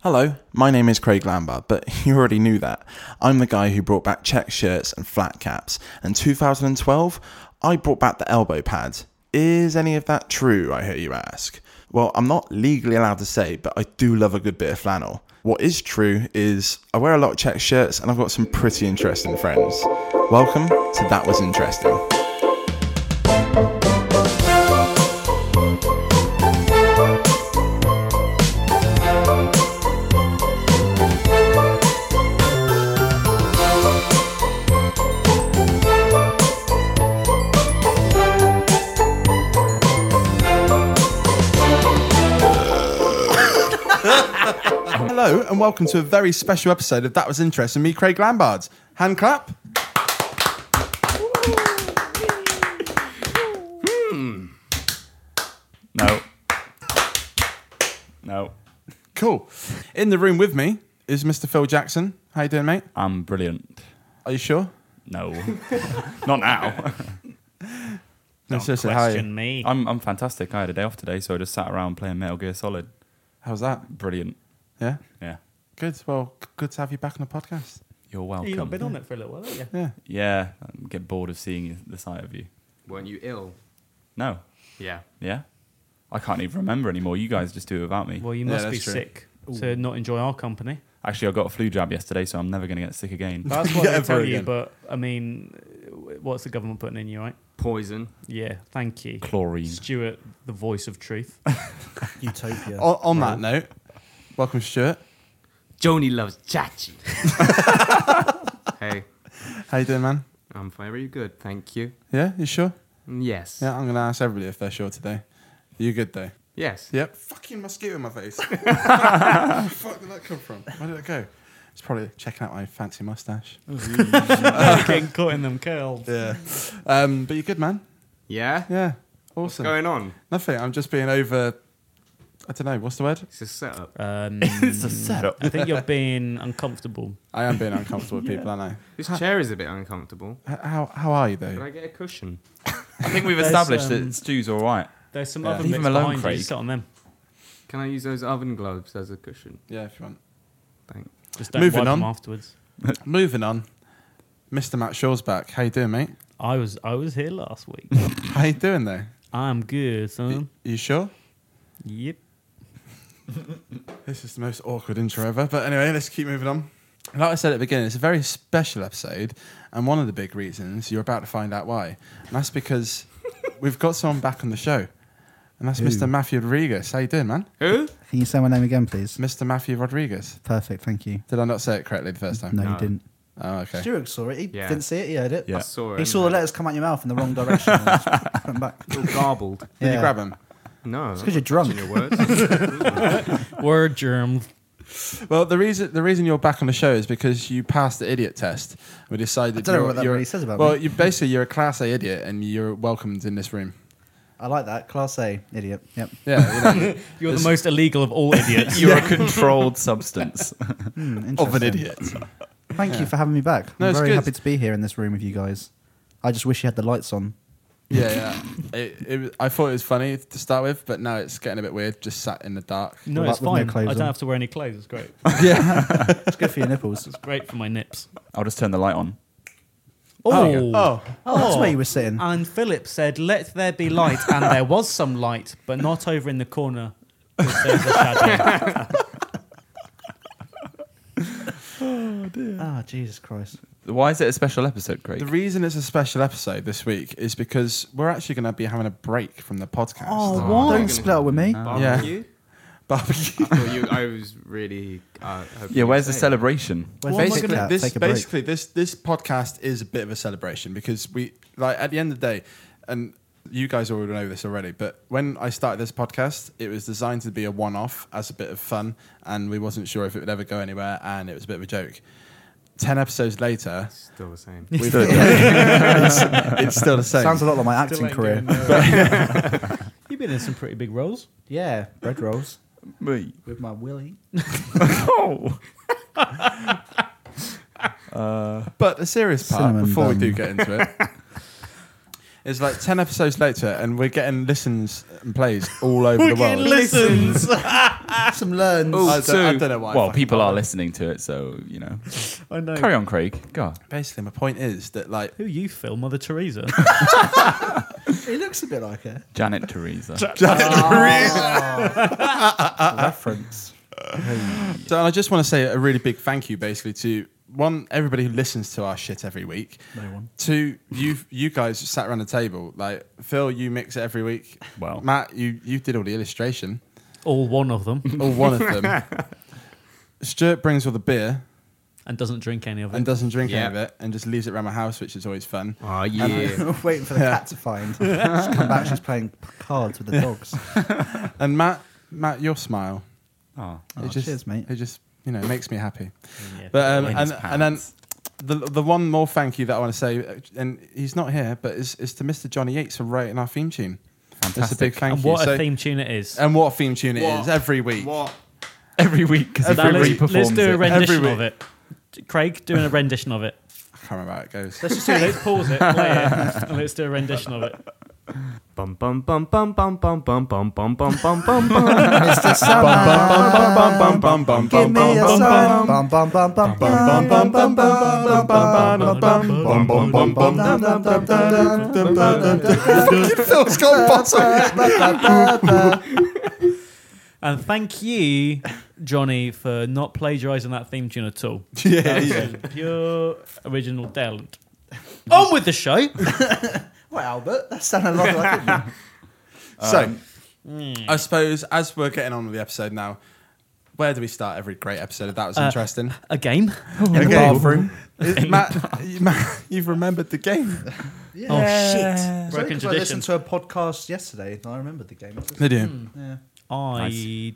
Hello, my name is Craig Lambert, but you already knew that. I'm the guy who brought back check shirts and flat caps, and 2012, I brought back the elbow pad. Is any of that true, I hear you ask? Well, I'm not legally allowed to say, but I do love a good bit of flannel. What is true is I wear a lot of check shirts and I've got some pretty interesting friends. Welcome to That Was Interesting. Hello and welcome to a very special episode of That Was Interesting. Me, Craig Lambard. Hand clap. No. No. Cool. In the room with me is Mr. Phil Jackson. How you doing, mate? I'm brilliant. Are you sure? No. Not now. No, seriously, how are you? me. I'm, I'm fantastic. I had a day off today, so I just sat around playing Metal Gear Solid. How's that? Brilliant. Yeah, Yeah. good. Well, g- good to have you back on the podcast. You're welcome. You've not been on it for a little while, have you? Yeah, Yeah. I get bored of seeing you- the sight of you. Weren't you ill? No. Yeah. Yeah. I can't even remember anymore. You guys just do it without me. Well, you Yeah, must that's be true. sick to not enjoy our company. Actually, I got a flu jab yesterday, so I'm never going to get sick again. That's what they Never tell you, again. but I mean, w- what's the government putting in you, right? Poison. Yeah, thank you. Chlorine. Stuart, the voice of truth. Utopia. O- on that note, welcome, Stuart. Joni loves Chachi. hey, How you doing, man? I'm very good, thank you. Yeah, you sure? Yes. Yeah, I'm going to ask everybody if they're sure today. You good, though? Yes. Yep. Fucking mosquito in my face. Where the fuck did that come from? Where did it go? It's probably checking out my fancy mustache. Getting caught in them curls. Yeah. Um, but you're good, man. Yeah? Yeah. What's Awesome. going on? Nothing. I'm just being over. I don't know. What's the word? It's a setup. Um, it's a setup. I think you're being uncomfortable. I am being uncomfortable with people, aren't This chair is a bit uncomfortable. I? H- How How are you Can though? I get a cushion? I think we've There's, established um, that Stu's all right. There's some Yeah. other Leave bits him alone, behind you. Craig. You sit on them. Can I use those oven globes as a cushion? Yeah, if you want. Thanks. Just don't Moving wipe on. them afterwards. Moving on. Mr. Matt Shaw's back. How you doing, mate? I was I was here last week. How you doing Hmm? there? I'm good, son. You sure? Yep. This is the most awkward intro ever. But anyway, let's keep moving on. Like I said at the beginning, it's a very special episode, and one of the big reasons you're about to find out why. And that's because we've got someone back on the show, and that's Mr. Matthew Rodriguez. How you doing, man? Who? Can you say my name again, please? Mr. Matthew Rodriguez. Perfect, thank you. Did I not say it correctly the first time? No, No. you didn't. Oh, okay. Stuart saw it. He Yeah. didn't see it. He heard it. Yeah. I saw it. He saw the letters come out your mouth in the wrong direction. and just went back. All garbled. Did you Yeah. grab him? No. It's 'cause you're drunk. Your words. Word germ. Well, the reason the reason you're back on the show is because you passed the idiot test. We decided. I don't know you're- what that you're- really says about Well, me. you basically you're a class A idiot, and you're welcomed in this room. I like that. Class A idiot. Yep. Yeah, you know, You're the most illegal of all idiots. You're a controlled substance. Hmm, of an interesting. idiot. Thank you for having me back. No, I'm it's very good. happy to be here in this room with you guys. I just wish you had the lights on. Yeah, yeah. It, it, was- I thought it was funny to start with, but now it's getting a bit weird. Just sat in the dark. No, Well, it's that with no fine. clothes I don't on. have to wear any clothes. It's great. Yeah. It's good for your nipples. It's great for my nips. I'll just turn the light on. Oh. Oh. Oh, that's where you were sitting. And Philip said, "Let there be light," and there was some light, but not over in the corner. 'cause there's a shadow. Ah, Jesus Christ. Why is it a special episode, Craig? The reason it's a special episode this week is because we're actually going to be having a break from the podcast. Oh, what? Don't split up with me. Barbecue? Barbecue. I thought you, I was really. Uh, hoping yeah, you'd where's the say it. celebration? Where's the basically, podcast? this Take a break. basically this this podcast is a bit of a celebration because we like at the end of the day, and You guys already know this already, but when I started this podcast, it was designed to be a one-off as a bit of fun, and we wasn't sure if it would ever go anywhere, and it was a bit of a joke. Ten episodes later, Still the same. we've- it's, it's still the same. Sounds a lot like my acting career. You've been in some pretty big roles. Yeah, bread rolls Me. with my Willy. But the serious part, Cinnamon before we bun. do get into it, is like 10 episodes later, and we're getting listens and plays all over the world. listens. Some learns. I, don't, I so- don't know why. I well, fucking people are bothered. listening to it, so you know. I know. Carry on, Craig. Go. on. Basically, my point is that, like, Who you, Phil? Mother Teresa. It looks a bit like her. Janet Teresa. Ah. reference. So and I just want to say a really big thank you, basically, to one everybody who listens to our shit every week. No one. To you, you guys sat around the table. Like Phil, you mix it every week. Wow. Matt, you you did all the illustration, All one of them, or one of them. Stuart brings all the beer and doesn't drink any of it. and doesn't drink Yeah. any of it, and just leaves it around my house, which is always fun. Oh yeah. Um, Waiting for the cat to find. She's come back. She's playing p- cards with the dogs. And Matt, Matt, your smile. Ah. Oh. Oh, just, cheers, mate. It just you know makes me happy. Yeah. But um, in his and, and then the the one more thank you that I want to say, uh, and he's not here, but is, is to Mr. Johnny Yates for writing our theme tune. That's a big thank and you. what So- Um, a theme tune it is. And what a theme tune it is What? every week. what? Every week, because Now, every let's, performs let's do a it. rendition Every of it. Craig doing a rendition of it. I can't remember how it goes. Let's just do it. Let's pause it, play it, and let's do a rendition of it. Bum bum bum bum bum bum bum bum bum bum bum bum bum. Mr. Summer, give me a sign. Bum bum bum bum bum bum bum bum bum bum bum bum bum bum bum dum dum dum dum dum dum dum. Phil's gone bottom. And thank you, Johnny, for not plagiarising that theme tune at all. Yeah, That was Pure original talent. On with the show. Well, Albert, that sounded a lot like it. So, I suppose as we're getting on with the episode now, where do we start every great episode? That was Uh, interesting. A game. In the bathroom. Matt, you- Matt, you've remembered the game. Oh shit! Oh, So I Broken think I listened tradition. to a podcast yesterday and I remembered the game. It's just- Did you? Yeah. I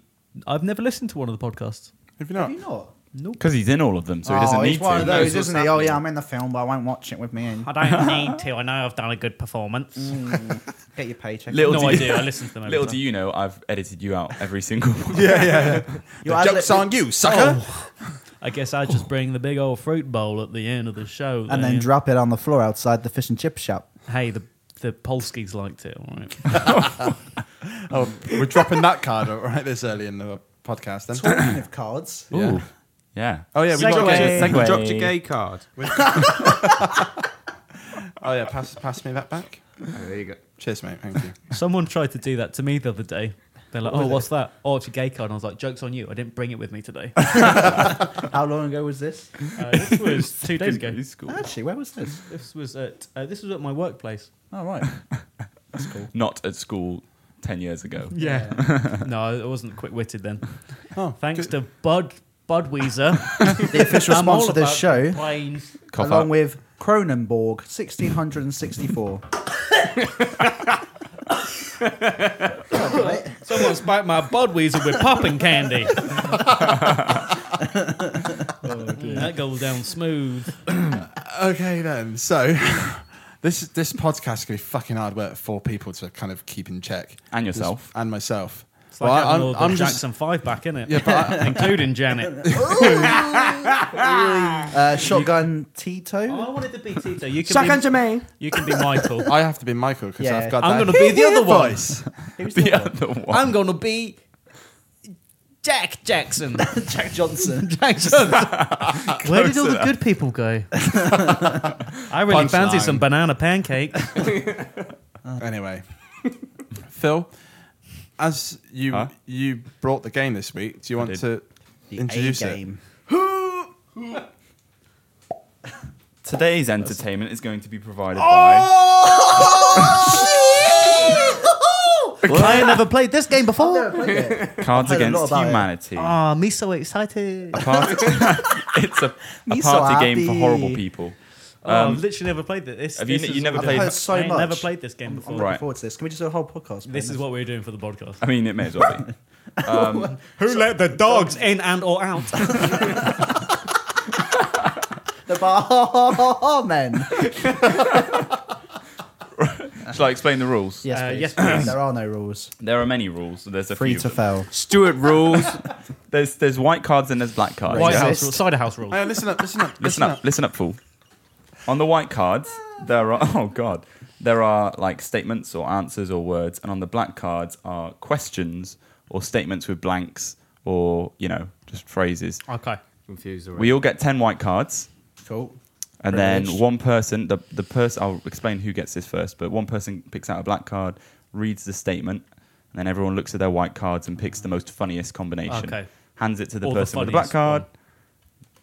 I've never listened to one of the podcasts. Have you Have not? you not? Because Ah, he's in all of them, so he doesn't oh, need he's to. one of those, Knows what's isn't he? Oh yeah, I'm in the film, but I won't watch it with me. And I don't need to. I know I've done a good performance. get your paycheck. Little no do- idea. I listen to them. Every Little time. do you know, I've edited you out every single one. Your The ad-lib- joke's on you, sucker. I guess I just bring the big old fruit bowl at the end of the show, and then drop it on the floor outside the fish and chip shop. hey, the the Polskis liked it. All right. Oh, we're dropping that card all right this early in the podcast. Then. Speaking of cards, Yeah. Ooh. Yeah. Oh yeah, we got to- Dropped your- Segway. dropped your gay card. Oh yeah, pass pass me that back. Oh, there you go. Cheers, mate. Thank you. Someone tried to do that to me the other day. They're like, "Oh, what's that? Oh, it's a gay card." And I was like, "Jokes on you! I didn't bring it with me today. uh, how long ago was this? this was two days ago. Secondary school. Actually, where was this? This was at uh, this was at my workplace. Oh right, Not at school 10 years ago. Yeah. Uh, no, I wasn't quick witted then. Oh, Thanks to Bud Budweiser, the official I'm all sponsor of this about show, complaints. Cough along up. with Cronenborg, 1664. Someone spiked my Budweiser with popping candy. that goes down smooth. Okay then. So this this podcast can be fucking hard work for people to kind of keep in check And yourself. and myself. It's like having I'm- all the I'm just- Jackson Five back, in it? Yeah, but including Janet. Uh, Shotgun Oh, Tito. I wanted to be Tito. You can Shotgun be, Jermaine. you can be Michael. I have to be Michael because Yeah. I've got. that I'm gonna be the other one. voice. Who's the The other other one. I'm gonna be Jack Jackson. one? Jack Johnson. Jackson. Where did all the good people go? I really Punchline. fancy some banana pancake. Anyway, Phil, as you Huh? you brought the game this week, do you want did. to introduce A it? game. Today's entertainment is going to be Oh! provided by. Well, I ain't never played this game before. Cards I've heard a Against lot about it. Oh. Humanity. Ah, me so excited. Um, Party- it's a, a Me so party game for happy. horrible people. oh, Um, I've literally never played this. this have you this ne- is you never what played- we're I've doing. heard so I ain't much. never played this game I'm, before. I'm Right. looking forward to this. Can we just do a whole podcast? This is what we were doing for the podcast. I mean, it may as well be. Um, Who let the dogs in and or out? the bar men. shall I explain the rules? Yes, Uh, please. yes, please. There are no rules. There are many rules. There's a Free few. to fail. Stewart rules. there's there's white cards and there's black cards. White Yeah. House rules, cider house Oh, rules. Hey, listen up, listen up, Listen up, listen up, fool. On the white cards, there are oh god, there are like statements or answers or words, and on the black cards are questions or statements with blanks or you know just phrases. Okay. Confused already. We all get ten white cards. Cool. And then Privileged. one person, the, the person, I'll explain who gets this first, but one person picks out a black card, reads the statement, and then everyone looks at their white cards and picks the most funniest combination. Okay. Hands it to the Or the person with the black funniest card.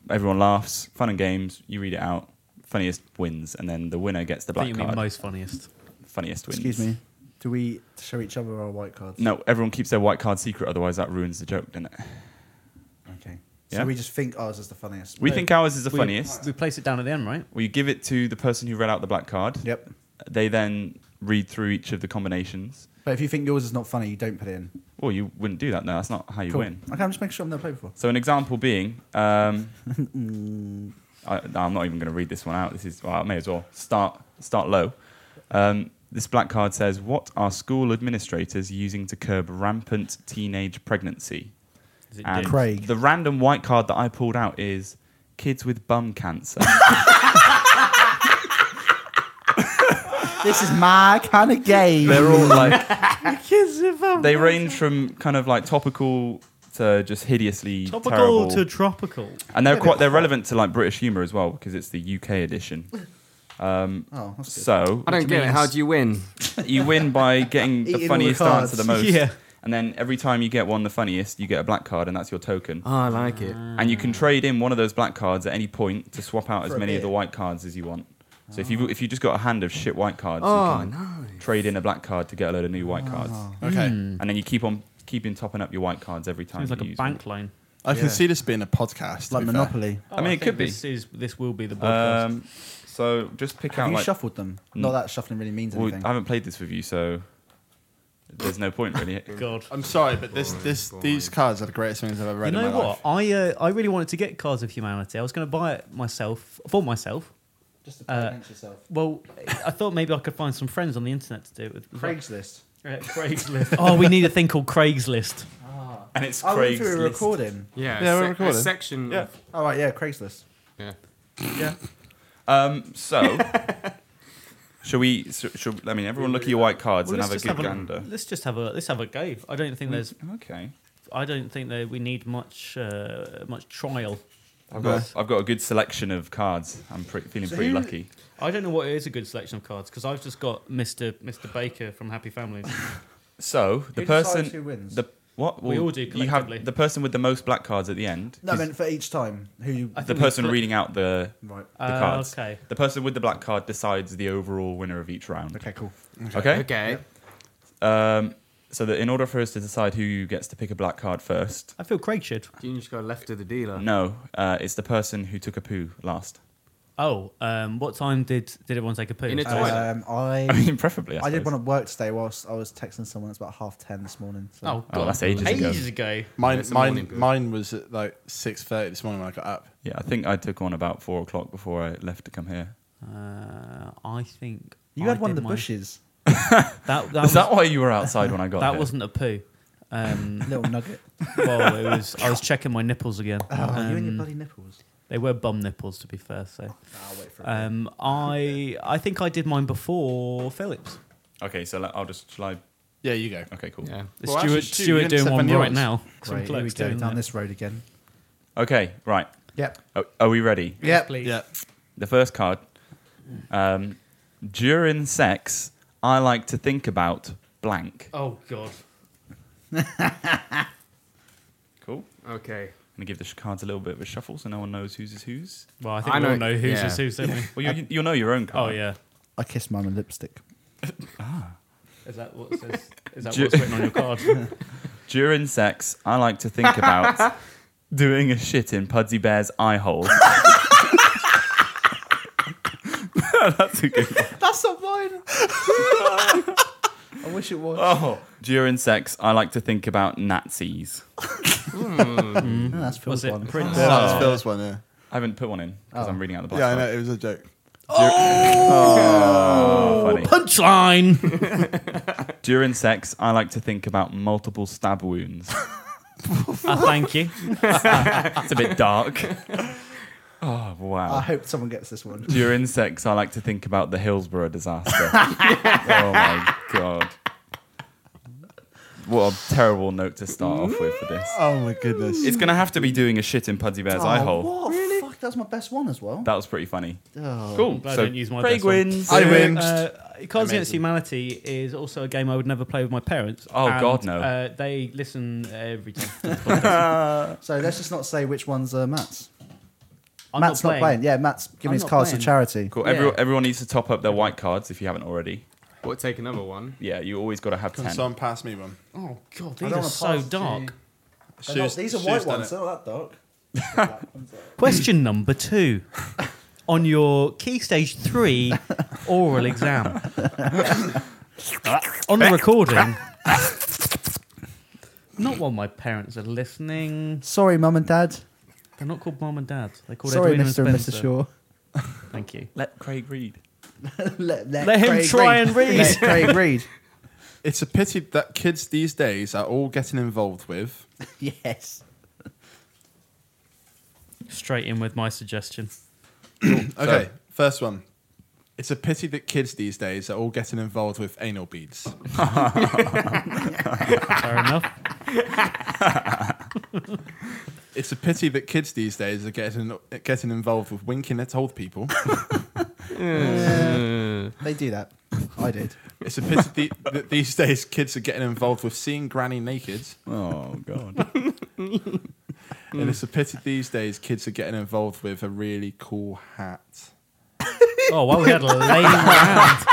Everyone laughs, fun and games. You read it out. Funniest wins, and then the winner gets the I black think you mean card. most funniest. funniest wins. Excuse me. Do we show each other our white cards? No, everyone keeps their white card secret, otherwise that ruins the joke, doesn't it? Okay. Yeah. So we just think ours is the funniest. We No. think ours is the We- funniest. We, place it down at the end, right? We give it to the person who read out the black card. Yep. They then read through each of the combinations. But if you think yours is not funny, you don't put it in. Well, you wouldn't do that. No, that's not how you Cool. win. Okay, I'm just making sure I've never played before. So an example being, um, I, no, I'm not even going to read this one out. This is well, I may as well start start low. Um, this black card says, "What are school administrators using to curb rampant teenage pregnancy?" Is it And James? Craig. the random white card that I pulled out is kids with bum cancer. This is my kind of game. They're all like they range from kind of like topical to just hideously Topical terrible. to tropical. and they're quite they're relevant to like British humour as well because it's the UK edition. oh, that's good. So I don't get it. How do you win? You win by getting Eating all the the funniest cards. answer the most. Yeah. And then every time you get one the funniest, you get a black card, and that's your token. Ah. Oh, I like it. And you can trade in one of those black cards at any point to swap out For as a many of beer. the white cards as you want. So if you if you just got a hand of shit white cards, Oh, you can trade in a black card to get a load of new white cards, Mm. Okay, and then you keep on keeping topping up your white cards every time. Sounds like you a use bank line. Oh, I can Yeah. see this being a podcast. to like be fair. Monopoly. I mean, it could be. This is this will be the One. podcast. Um, so just pick Have out you like. shuffled them? Mm. Not that shuffling really means well, anything. I haven't played this with you, so there's no point really. God. I'm sorry, but this this these cards are the greatest things I've ever You read. know in my what? Life. I uh, I really wanted to get Cards of Humanity. I was going to buy it myself for myself. Just to play uh, against yourself. Well, I thought maybe I could find some friends on the internet to do it with. Craigslist. Uh, Craigslist. oh, we need a thing called Craigslist. And it's Oh, we were Craigslist. recording. Yeah, Yeah, a we're sec- recording. A section. Yeah. of- All right, yeah, Craigslist. yeah. Um, so, shall we? s- Shall, I mean, everyone look at your white cards Well, and have a let's good just have gander. Mm. Let's just have a let's have a go. I don't think there's Okay, I don't think that we need much uh, much trial. I've got I've got a good selection of cards. I'm pre- feeling pretty lucky. I don't know what is a good selection of cards because I've just got Mr. Mr. Baker from Happy Families. So the Who decides person who wins? the what We well, all do You collectively. have the person with the most black cards at the end. No, I 'cause meant for each time. Who you. I the think we person flip- reading out the Right. the Uh, cards. okay. The person with the black card decides the overall winner of each round. Okay, cool. Okay. Okay. Um, so that in order for us to decide who gets to pick a black card first, I feel Craig should. Do you just go left of the dealer? no, uh, it's the person who took a poo last. Oh, um, what time did did everyone take a poo? Uh, In a toilet. Um, I. I mean, preferably. I, I did suppose. one at work today whilst I was texting someone. It's about half ten this morning. So. Oh, God. Oh, that's ages ago. Ages ago. Mine, It's a morning mine, poo. mine was at like six thirty this morning when I got up. Yeah, I think I took one about four o'clock before I left to come here. Uh, I think you I had one in did the mine- bushes. That that, Is was, that why you were outside when I got that here? wasn't a poo. Um, Little nugget. well, it was. I was checking my nipples again. Oh, you and your Um, bloody nipples. Uh, They were bum nipples, to be fair. So, Ah, I'll wait for it. um, I I think I did mine before Phillips. Okay, so let- I'll just shall I? Yeah, you go. Okay, cool. Yeah. Is Well, Stuart, actually, Stu, you Stuart didn't doing step on one yours. right now. Some Right, here we clerk's go doing down it. this road again. Okay, right. Yep. Oh, are we ready? Yep. Please. Yeah, The first card. Um, during sex, I like to think about blank. Oh God. Cool. Okay. I'm gonna give the sh- cards a little bit of a shuffle so no one knows whose is whose. Well, I think I we know- all know who's yeah. is who's, don't we? Well, you, you'll know your own Oh card. yeah. I kissed mine with lipstick. Is that what it says? Is that Ju- what's written on your card? During sex, I like to think about doing a shit in Pudsey Bear's eye hole. That's a good one. That's not mine. I wish it was. Oh. During sex, I like to think about Nazis. No, Ah, that's Phil's Was it one. Prince? Oh. that's Phil's one, yeah. I haven't put one in because I'm reading out the black Yeah, I card. know, it was a joke. Oh, funny. Punchline. During sex, I like to think about multiple stab wounds. I Ah, thank you. That's a bit dark. Oh, wow. Ah, I hope someone gets this one. During sex, I like to think about the Hillsborough disaster. oh my god! What a terrible note to start off with for this. Oh my goodness. It's gonna have to be doing a shit in Pudsey Bear's eye hole. Oh, What? Really? Fuck, that's my best one as well. That was pretty funny. Oh. Cool. glad I so didn't use my Craig best one. wins. I win. Uh, Cards Against Humanity is also a game I would never play with my parents. Oh, and, God, no. Uh, they listen every time. So let's just not say which one's uh, Matt's. I'm Matt's not playing. Yeah, Matt's giving I'm his not cards playing. to charity. Cool. Yeah. Everyone, everyone needs to top up their white cards if you haven't already. What, take another one? Yeah, you always got to have ten. Someone pass me one. Oh God, I these don't are wanna so pass to- dark. They're not- these are white ones. They're not that dark. Question number two on your key stage three oral exam. on the recording. Not while my parents are listening. Sorry, Mum and Dad. They're not called mum and dad. They're called Sorry, Edwina Mr. and and Mrs. Spencer. Shaw. Thank you. Let Craig read. let, Let him try and read. Let Craig read. It's a pity that kids these days are all getting involved with. yes. Straight in with my suggestion. Okay, first one. It's a pity that kids these days are all getting involved with anal beads. Fair enough. It's a pity that kids these days are getting getting involved with winking at old people. They do that. I did. It's a pity the, that these days kids are getting involved with seeing granny naked. Oh god. And it's a pity these days kids are getting involved with a really cool hat. Oh, well, we had a lame round.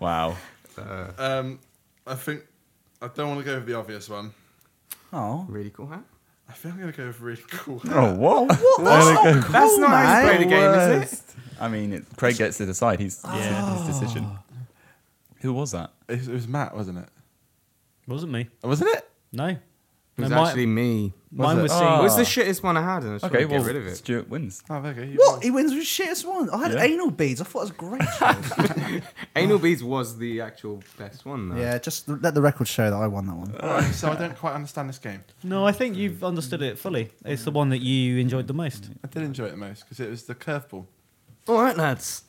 wow. Um, I think I don't want to go with the obvious one. Oh. Really cool hat. I think I'm going to go with really cool hat. Oh what? That's not how you play the game, is it? I mean, it, Craig gets to decide. He's Ah. yeah. his decision. Who was that? It was Matt, wasn't it? Wasn't me. Wasn't it? No. It Ah. no was my- actually me. mine it? was Oh. It seeing. was the shittest one I had, and I just Okay, wanted to well, get rid of it. Stuart wins. Oh, okay. you What? He wins with shit as one. I had Yeah. anal beads. I thought it was great. Charles. Anal Beads was the actual best one, though. yeah, just let the record show that I won that one. Alright, so I don't quite understand this game. No, I think you've understood it fully. It's the one that you enjoyed the most. I did enjoy it the most because it was the curveball. All right, lads.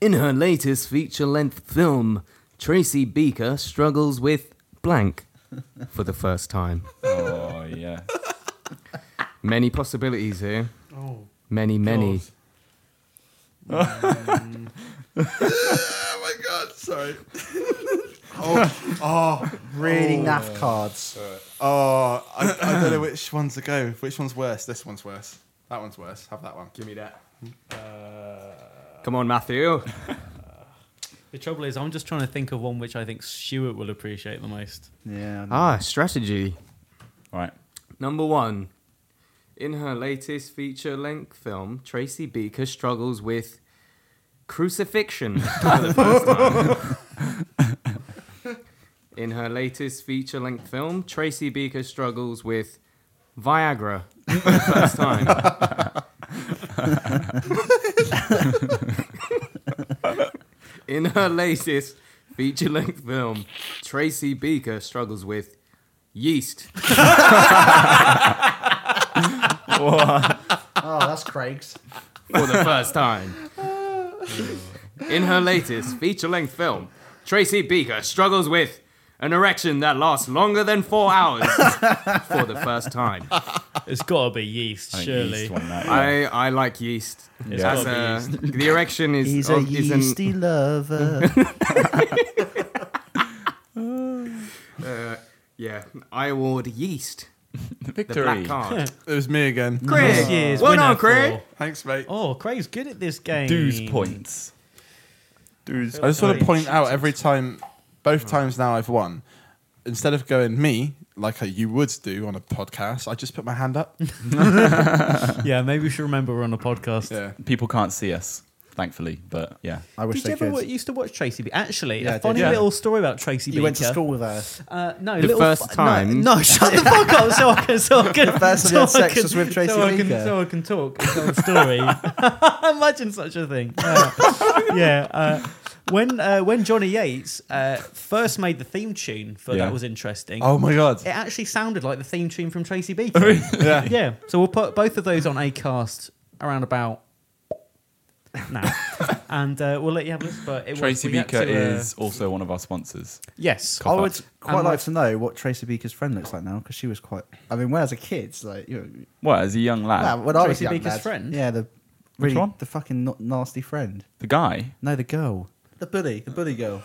In her latest feature length film, Tracy Beaker struggles with blank for the first time. Oh yeah. Many possibilities here. Oh, many, many. Oh my god, sorry. Really naff cards. Oh, I, I don't know which one to go. with. Which one's worse? This one's worse. That one's worse. Have that one. Give me that. Come on, Matthew. The trouble is, I'm just trying to think of one which I think Stuart will appreciate the most. Yeah. Ah, strategy. All right. Number one. In her latest feature length film, Tracy Beaker struggles with crucifixion for the first time. In her latest feature length film, Tracy Beaker struggles with Viagra for the first time. In her latest feature length film, Tracy Beaker struggles with yeast Oh, that's Craig's. for the first time. In her latest feature length film, Tracy Beaker struggles with an erection that lasts longer than four hours for the first time. It's got to be yeast, I think surely. East won that, yeah. I, I like yeast. Yeah. As a- the erection is, Oh, He's a of- is an- yeasty lover. uh, yeah. I award yeast the Victory. black card. It was me again. This Craig, year's well winner done, Craig. for- Thanks, mate. Oh, Craig's good at this game. Dues points. Dues. I just want to point out every time, both times now I've won, instead of going me like I- you would do on a podcast, I just put my hand up. yeah, maybe we should remember we're on a podcast. yeah. People can't see us, thankfully, but yeah. I wish Did you they ever could. wa- used to watch Tracy? Be- Actually, Yeah, I a did. funny Yeah. little story about Tracy. you went to Beaker. school with us. Uh, no, The little first no, time. No, shut the fuck up. So I can, so I can, first time you so had I sex can- was with Tracy so I can, Beaker. so I can talk and tell a story. Imagine such a thing. Uh, yeah. Uh, when uh, when Johnny Yates uh, first made the theme tune for Yeah. that was interesting. Oh my god. It actually sounded like the theme tune from Tracy Beaker. yeah. yeah. So we'll put both of those on a cast around about now, and uh, we'll let you have this. But it was- Tracy we had Beaker to, uh, is also one of our sponsors. yes. Cough I up. would quite And like like- to know what Tracy Beaker's friend looks like now because she was quite. I mean, when I was a kid, like you know, What, as a young lad? well, when I was Tracy a young Beaker's lad, friend? Yeah, the Which really one? the fucking na- nasty friend. The guy? No, the girl, the bully, the bully girl.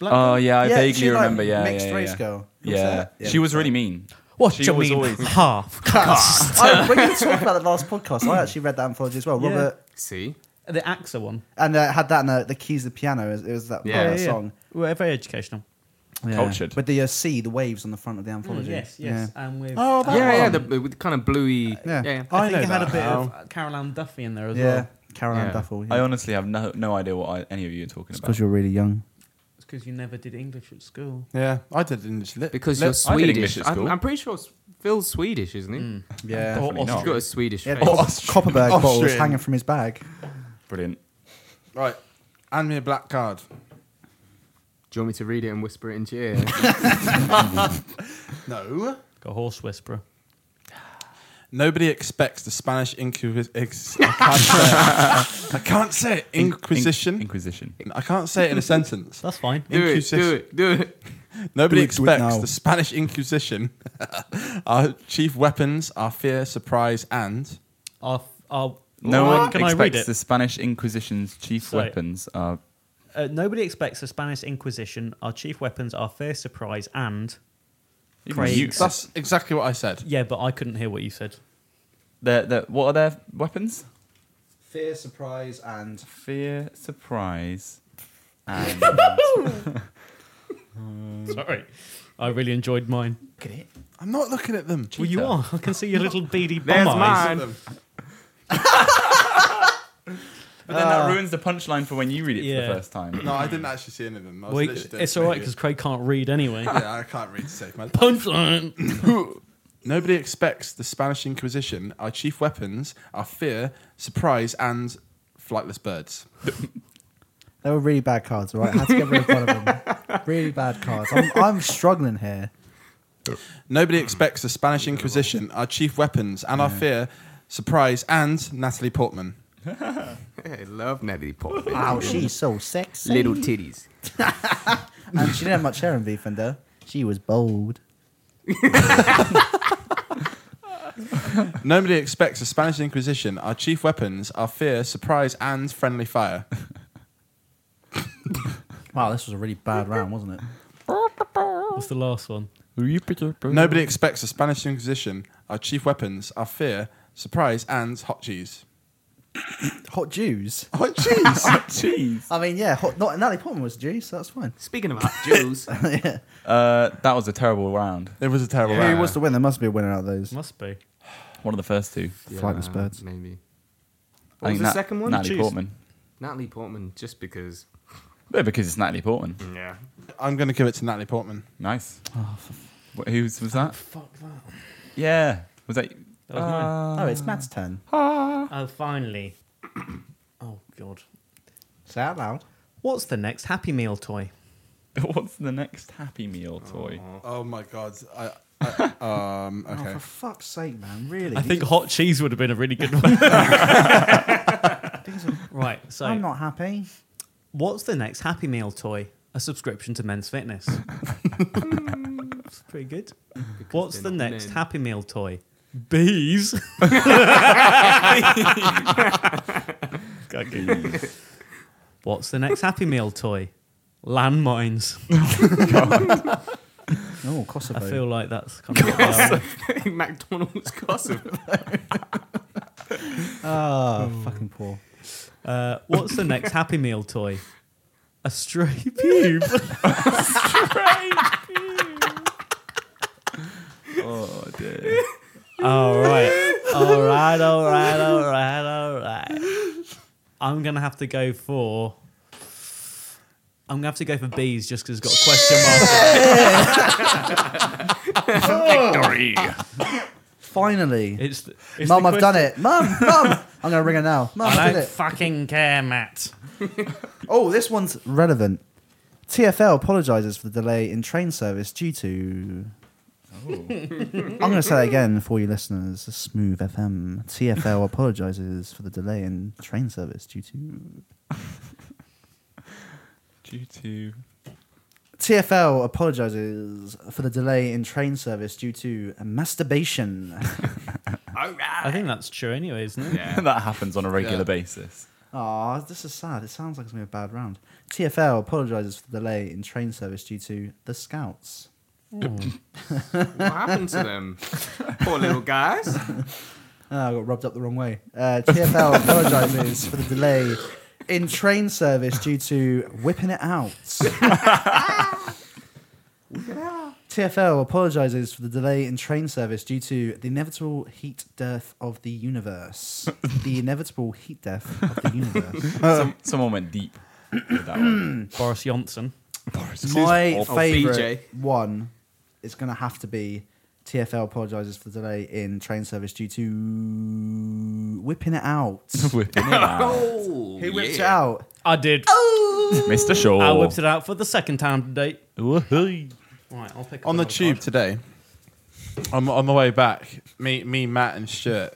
Oh, yeah, I Yeah, vaguely she, like, remember. yeah, mixed yeah, yeah. race girl. Who was Yeah. that? Yeah. She was really mean. What She do you was mean always- half cast? I, when you talked about the last podcast, I actually read that anthology as well. Yeah. Robert See? the AXA one. and uh, had that in uh, the keys of the piano. It was that Yeah. part of Yeah, that song. We're very educational. Yeah. Cultured. with the uh, sea, the waves on the front of the anthology. Mm, yes, yes, Yeah. and with Oh, that yeah, yeah, one. the, with the kind of bluey. Yeah. Yeah. I, I think know it had that a bit now. of Caroline Duffy in there as yeah. well. Caroline Yeah. Duffel. I Yeah. honestly have no, no idea what I, any of you are talking about. Because you're really young. It's because you never did English at school. Yeah, I did English lit. Because lit- you're I did English Swedish. at I'm, school. Mm. I'm pretty sure s- Phil's Swedish, isn't he? Yeah. Definitely Or- or- He's not. got a Swedish Yeah, face. Cop- Copperberg bottles Austrian. hanging from his bag. Brilliant. Right, hand me a black card. Do you want me to read it and whisper it into your ear? No. Got a horse whisperer. Nobody expects the Spanish Inquisition. Ex- I can't say it. I can't say it. Inqu- Inquisition. Inquisition. I can't say it in a sentence. That's fine. do it, Inquisition. do it, do it. Nobody Do it, do it expects now. the Spanish Inquisition. our chief weapons are fear, surprise, and Our, our, No Well, one can I expects read it? the Spanish Inquisition's chief Sorry. weapons are Uh, nobody expects the Spanish Inquisition. Our chief weapons are fear, surprise, and even Craig's. you- that's exactly what I said. yeah. But I couldn't hear what you said. Their, their, what are their weapons? Fear, surprise, and Fear, surprise, and Sorry, I really enjoyed mine. I'm not looking at them. Well, you Cheetah. are. I can see your little beady bum There's eyes. mine. But then that ruins the punchline for when you read it for Yeah. the first time. No, I didn't actually see any of them. I was Well, literally doing it's all right it. because Craig can't read anyway. yeah, I can't read to save my. Punchline. Nobody expects the Spanish Inquisition. Our chief weapons are fear, surprise, and flightless birds. they were really bad cards. All right, I had to get rid of one of them. Really bad cards. I'm, I'm struggling here. Nobody expects the Spanish Inquisition. Our chief weapons and our fear, surprise, and Natalie Portman. I love Natalie Portman. Wow, she's so sexy. Little titties. and she didn't have much hair in Beefender. She was bold. Nobody expects the Spanish Inquisition. Our chief weapons are fear, surprise, and friendly fire. Wow, this was a really bad round, wasn't it? What's the last one? Nobody expects the Spanish Inquisition. Our chief weapons are fear, surprise, and hot cheese. Hot Jews. Hot cheese. Jeez. I mean, yeah, hot, not Natalie Portman was a Jew, so that's fine. Speaking about Jews, yeah. Uh, that was a terrible round. it was a terrible Who round. was the winner? Must be a winner out of those. Must be. One of the first two. Flightless birds. Maybe. I What was think the Nat- second one? Natalie Jeez. Portman. Natalie Portman, just because. Yeah, because it's Natalie Portman. Yeah. I'm going to give it to Natalie Portman. Nice. Wh- Who was was that? Fuck that. Yeah. Was that? That was mine. Oh, it's Matt's turn. Oh, finally. oh God. Say out loud. What's the next Happy Meal toy? uh, What's the next Happy Meal toy? Oh my god. I, I, um, Oh, okay. for fuck's sake, man! Really? I think hot cheese would have been a really good one. right, so I'm not happy. what's the next Happy Meal toy? A subscription to Men's Fitness. It's pretty good. what's the they're not next men. Happy Meal toy? Bees. what's the next Happy Meal toy? Landmines. Oh, I Kosovo. feel like that's kind of um, McDonald's gossip. oh, fucking poor. Uh, what's the next Happy Meal toy? A stray pube. going to have to go for. I'm going to have to go for bees just because it's got a question mark. Finally. It's, the- it's Mum, the I've done question- it. Mum, mum. I'm going to ring her now. Mum, I I did don't it. fucking care, Matt. Oh, this one's relevant. TFL apologises for the delay in train service due to. I'm going to say that again for you listeners. Smooth FM. TFL apologises for the delay in train service due to. Due to TFL apologises for the delay in train service due to masturbation. I think that's true anyway, isn't it? Yeah. that happens on a regular Yeah. basis. Aw, this is sad. It sounds like it's going to be a bad round. TFL apologises for the delay in train service due to the Scouts. What happened to them? Poor little guys. Ah, I got rubbed up the wrong way. Uh, TFL apologises for the delay in train service due to whipping it out. TFL apologises for the delay in train service due to the inevitable heat death of the universe. the inevitable heat death of the universe. Some, someone went deep with that one. Boris Johnson. My awful. favourite one is going to have to be TFL apologises for the delay in train service due to whipping it out. Whipping it out. Oh, Who whipped it yeah. out? I did. Mr. Shaw. I whipped it out for the second time today. Right, I'll pick up on the another tube card. today, on, on the way back, me, me Matt, and Stuart,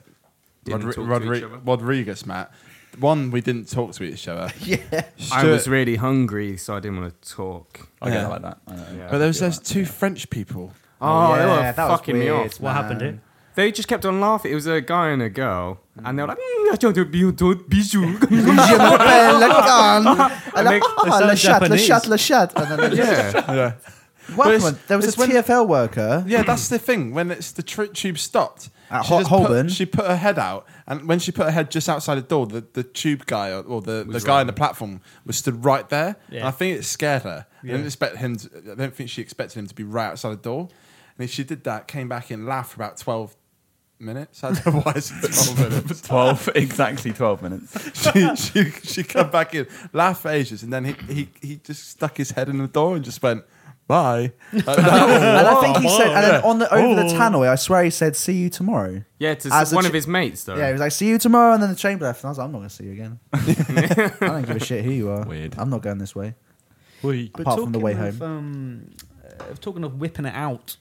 Didn't Rodri- talk to each other. Rodri- Rodriguez, Matt. One, we didn't talk to each other. yeah. I was really hungry, so I didn't want to talk. I get Yeah. it like that. I know. Yeah, but there I was feel those two French people. Oh, they yeah, were that was fucking me weird. off. What happened here? They just kept on laughing. It was a guy and a girl, and they were like, mm, I don't do be- do- bijou." Je m'appelle Lacan. And They- then, ah, sound le chat, le Japanese. chat, le chat. And then Yeah. what it's- happened? There was it's a when- TFL worker. Yeah, that's the thing. When it's the tr- tube stopped, At she Ho- just Holborn? Put, she put her head out, and when she put her head just outside the door, the, the tube guy or, or the, the guy on the platform was stood right there. And Yeah. I think it scared her. I didn't expect him. To, I don't think she expected him to be right outside the door. And if she did that, came back in, laughed for about twelve minutes. I don't know why it's twelve minutes. 12, exactly 12 minutes. she, she she come back in, laughed for ages, and then he, he he just stuck his head in the door and just went bye. Like that. And I think he Whoa, said, and then yeah. on the over the tannoy, I swear he said, "See you tomorrow." Yeah, to As s- a one ch- of his mates, though. Yeah, he was like, "See you tomorrow," and then the chamber left, and I was like, "I'm not gonna see you again. I don't give a shit who you are. Weird. I'm not going this way." But Apart from the way talking of, home. Um, uh, talking of whipping it out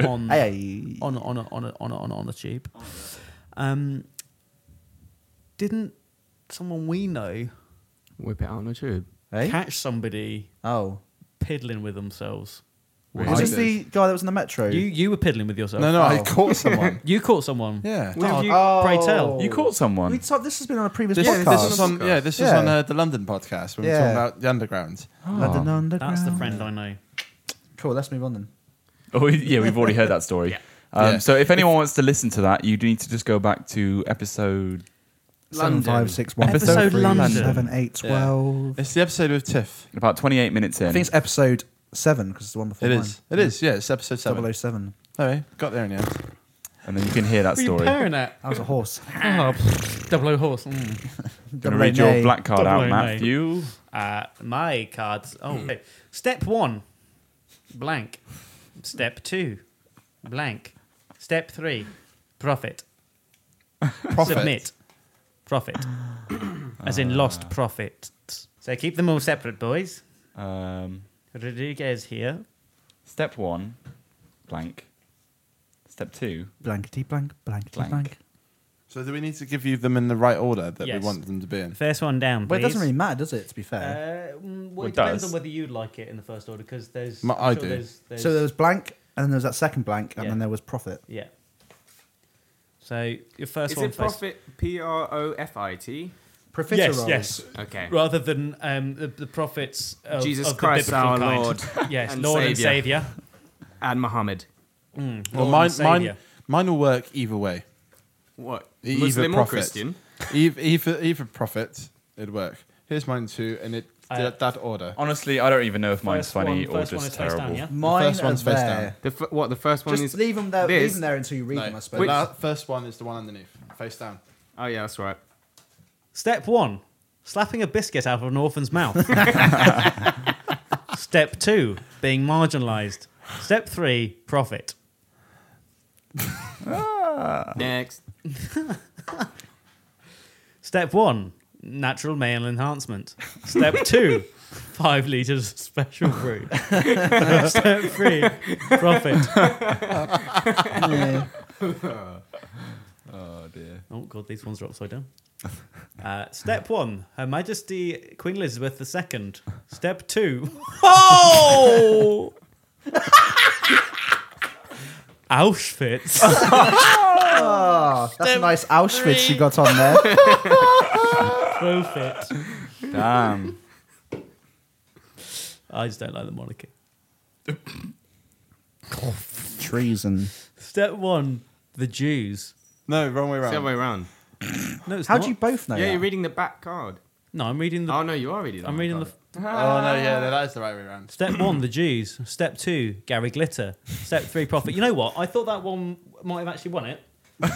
um, on Hey, on on a, on a, on a, on a, on a tube. Um, didn't someone we know Whip it out on the tube. hey. catch somebody Oh, piddling with themselves? was this the guy that was in the metro? You you were piddling with yourself. no, no, I Oh. caught someone. You caught someone. Yeah. Well, you- oh. Pray tell. You caught someone. We talked- this has been on a previous This, podcast. this was on, yeah, this was Yeah. on uh, the London podcast when we were Yeah. talking about the underground. Oh, London Underground. That's the friend I know. Cool. Let's move on then. Oh, yeah, we've already heard that story. Yeah. Um, Yeah. So if anyone wants to listen to that, you do need to just go back to episode. Seven, five, six, one, Episode two, three, London. seven, eight, twelve. It's the episode with Tiff. About 28 minutes in. I think it's episode seven because it's the one before. It mine. is. It is. Yeah, it's episode seven. Double O seven. Oh, yeah, got there in the end. and then you can hear that story. Pairing at That was a horse. oh, double O horse. Mm. Gonna read oh your black card Double out, A Matthew. Uh, my cards. Oh, okay. step one, blank. Step two, blank. Step three, profit. Profit. Submit. Profit. As in lost profit. So keep them all separate, boys. Um, Rodriguez here. step one, blank. Step two, Blankety blank, blankety Blank. blank. So do we need to give you them in the right order that Yes. we want them to be in? First one down, please. Well, it doesn't really matter, does it? To be fair. Uh, mm, well, Well, it, it depends does. on whether you like it in the first order, because there's. Ma- I'm I sure do. There's, there's, so there was blank, and then there was that second blank, and Uh, Yeah. then there was profit. yeah. So your first Is one it first. profit? P R O F I T. Profiteroles. Yes, yes. Okay. rather than um, the, the prophets of Jesus of the Christ, biblical our kind. Lord yes, and Lord and Savior. And Muhammad. Well, Lord mine, and mine, Saviour. mine will work either way. What? E- Muslim either or prophet. Christian? Either, either, either prophet, it'd work. Here's mine too, and it Uh, that, that order. Honestly, I don't even know if mine's First funny one- or first one just is face terrible. down, yeah? Mine The first are one's face there. down. The f- what? The first one Just is. leave them there. this. Leave them there until you read No, them. I the suppose. la- first one is the one underneath, face down. Oh yeah, that's right. Step one slapping a biscuit out of an orphan's mouth. Step two, being marginalised. Step three, profit. Next. Step one, natural male enhancement. Step two, five litres of special brew. Step three, profit. Yeah. Oh dear. Oh god, these ones are upside down. Uh, step one, Her Majesty Queen Elizabeth II. Step two, oh, Auschwitz. Ah, That's a nice Auschwitz you got on there. Profit. Damn. I just don't like the monarchy. Treason. Step one, the Jews. No, wrong way It's the other around. way around. No, it's How not. do you both know Yeah, that? you're reading the back card. No, I'm reading the. Oh, no, you are reading the I'm back reading the. card. Oh no, yeah, that is the right way around. Step one, the Jews. Step two, Gary Glitter. Step three, profit. You know what? I thought that one might have actually won it, but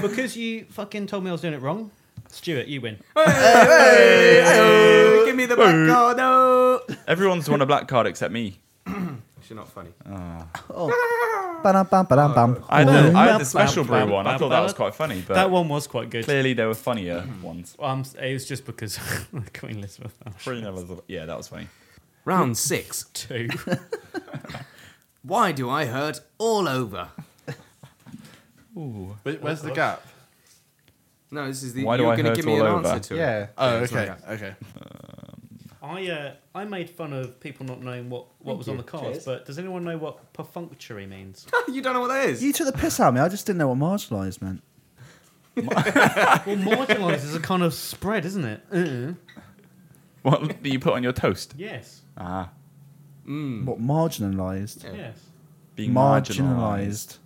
because you fucking told me I was doing it wrong, Stuart, you win. Hey, give me the back card. No. Everyone's won a black card except me. She's not funny. Ba-dum, bam, ba-dum, bam. I had, the, I had the Bam, special bam, brew one. I bam, thought that bam. was quite funny, but that one was quite good. clearly there were funnier Hmm. ones. Um, it was just because Queen Elizabeth. Oh, Three nil is- Yeah, that was funny. Round six. Two. Why do I hurt all over? Wait, Where's the gap? No, this is the. Why do you're I gonna hurt give me all an over? answer to it. Yeah. Oh, it's not a okay, gap. okay. I uh, I made fun of people not knowing what, what was on the cards, but does anyone know what perfunctory means? you don't know what that is. You took the piss out of me. I just didn't know what marginalised meant. well, marginalised is a kind of spread, isn't it? Uh-uh. What do you put on your toast? Yes. Ah, What marginalised? Yeah. Yes. being marginalised.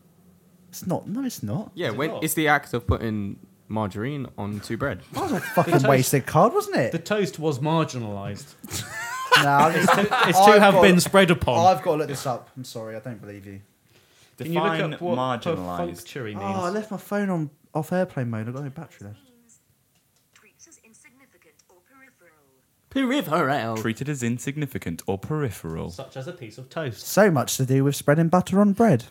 It's not. No, it's not. yeah, Is it when not? it's the act of putting margarine onto bread. That was a fucking wasted card, wasn't The it? toast was marginalised. No, I'm just- It's to I've have got- been spread upon. I've got to look this up. I'm sorry. I don't believe you. Can you look Define up what marginalised. perfunctory means? Oh, I left my phone on off airplane mode. I've got no battery left. Treats as insignificant or peripheral. Peripheral. Treated as insignificant or peripheral. Such as a piece of toast. So much to do with spreading butter on bread.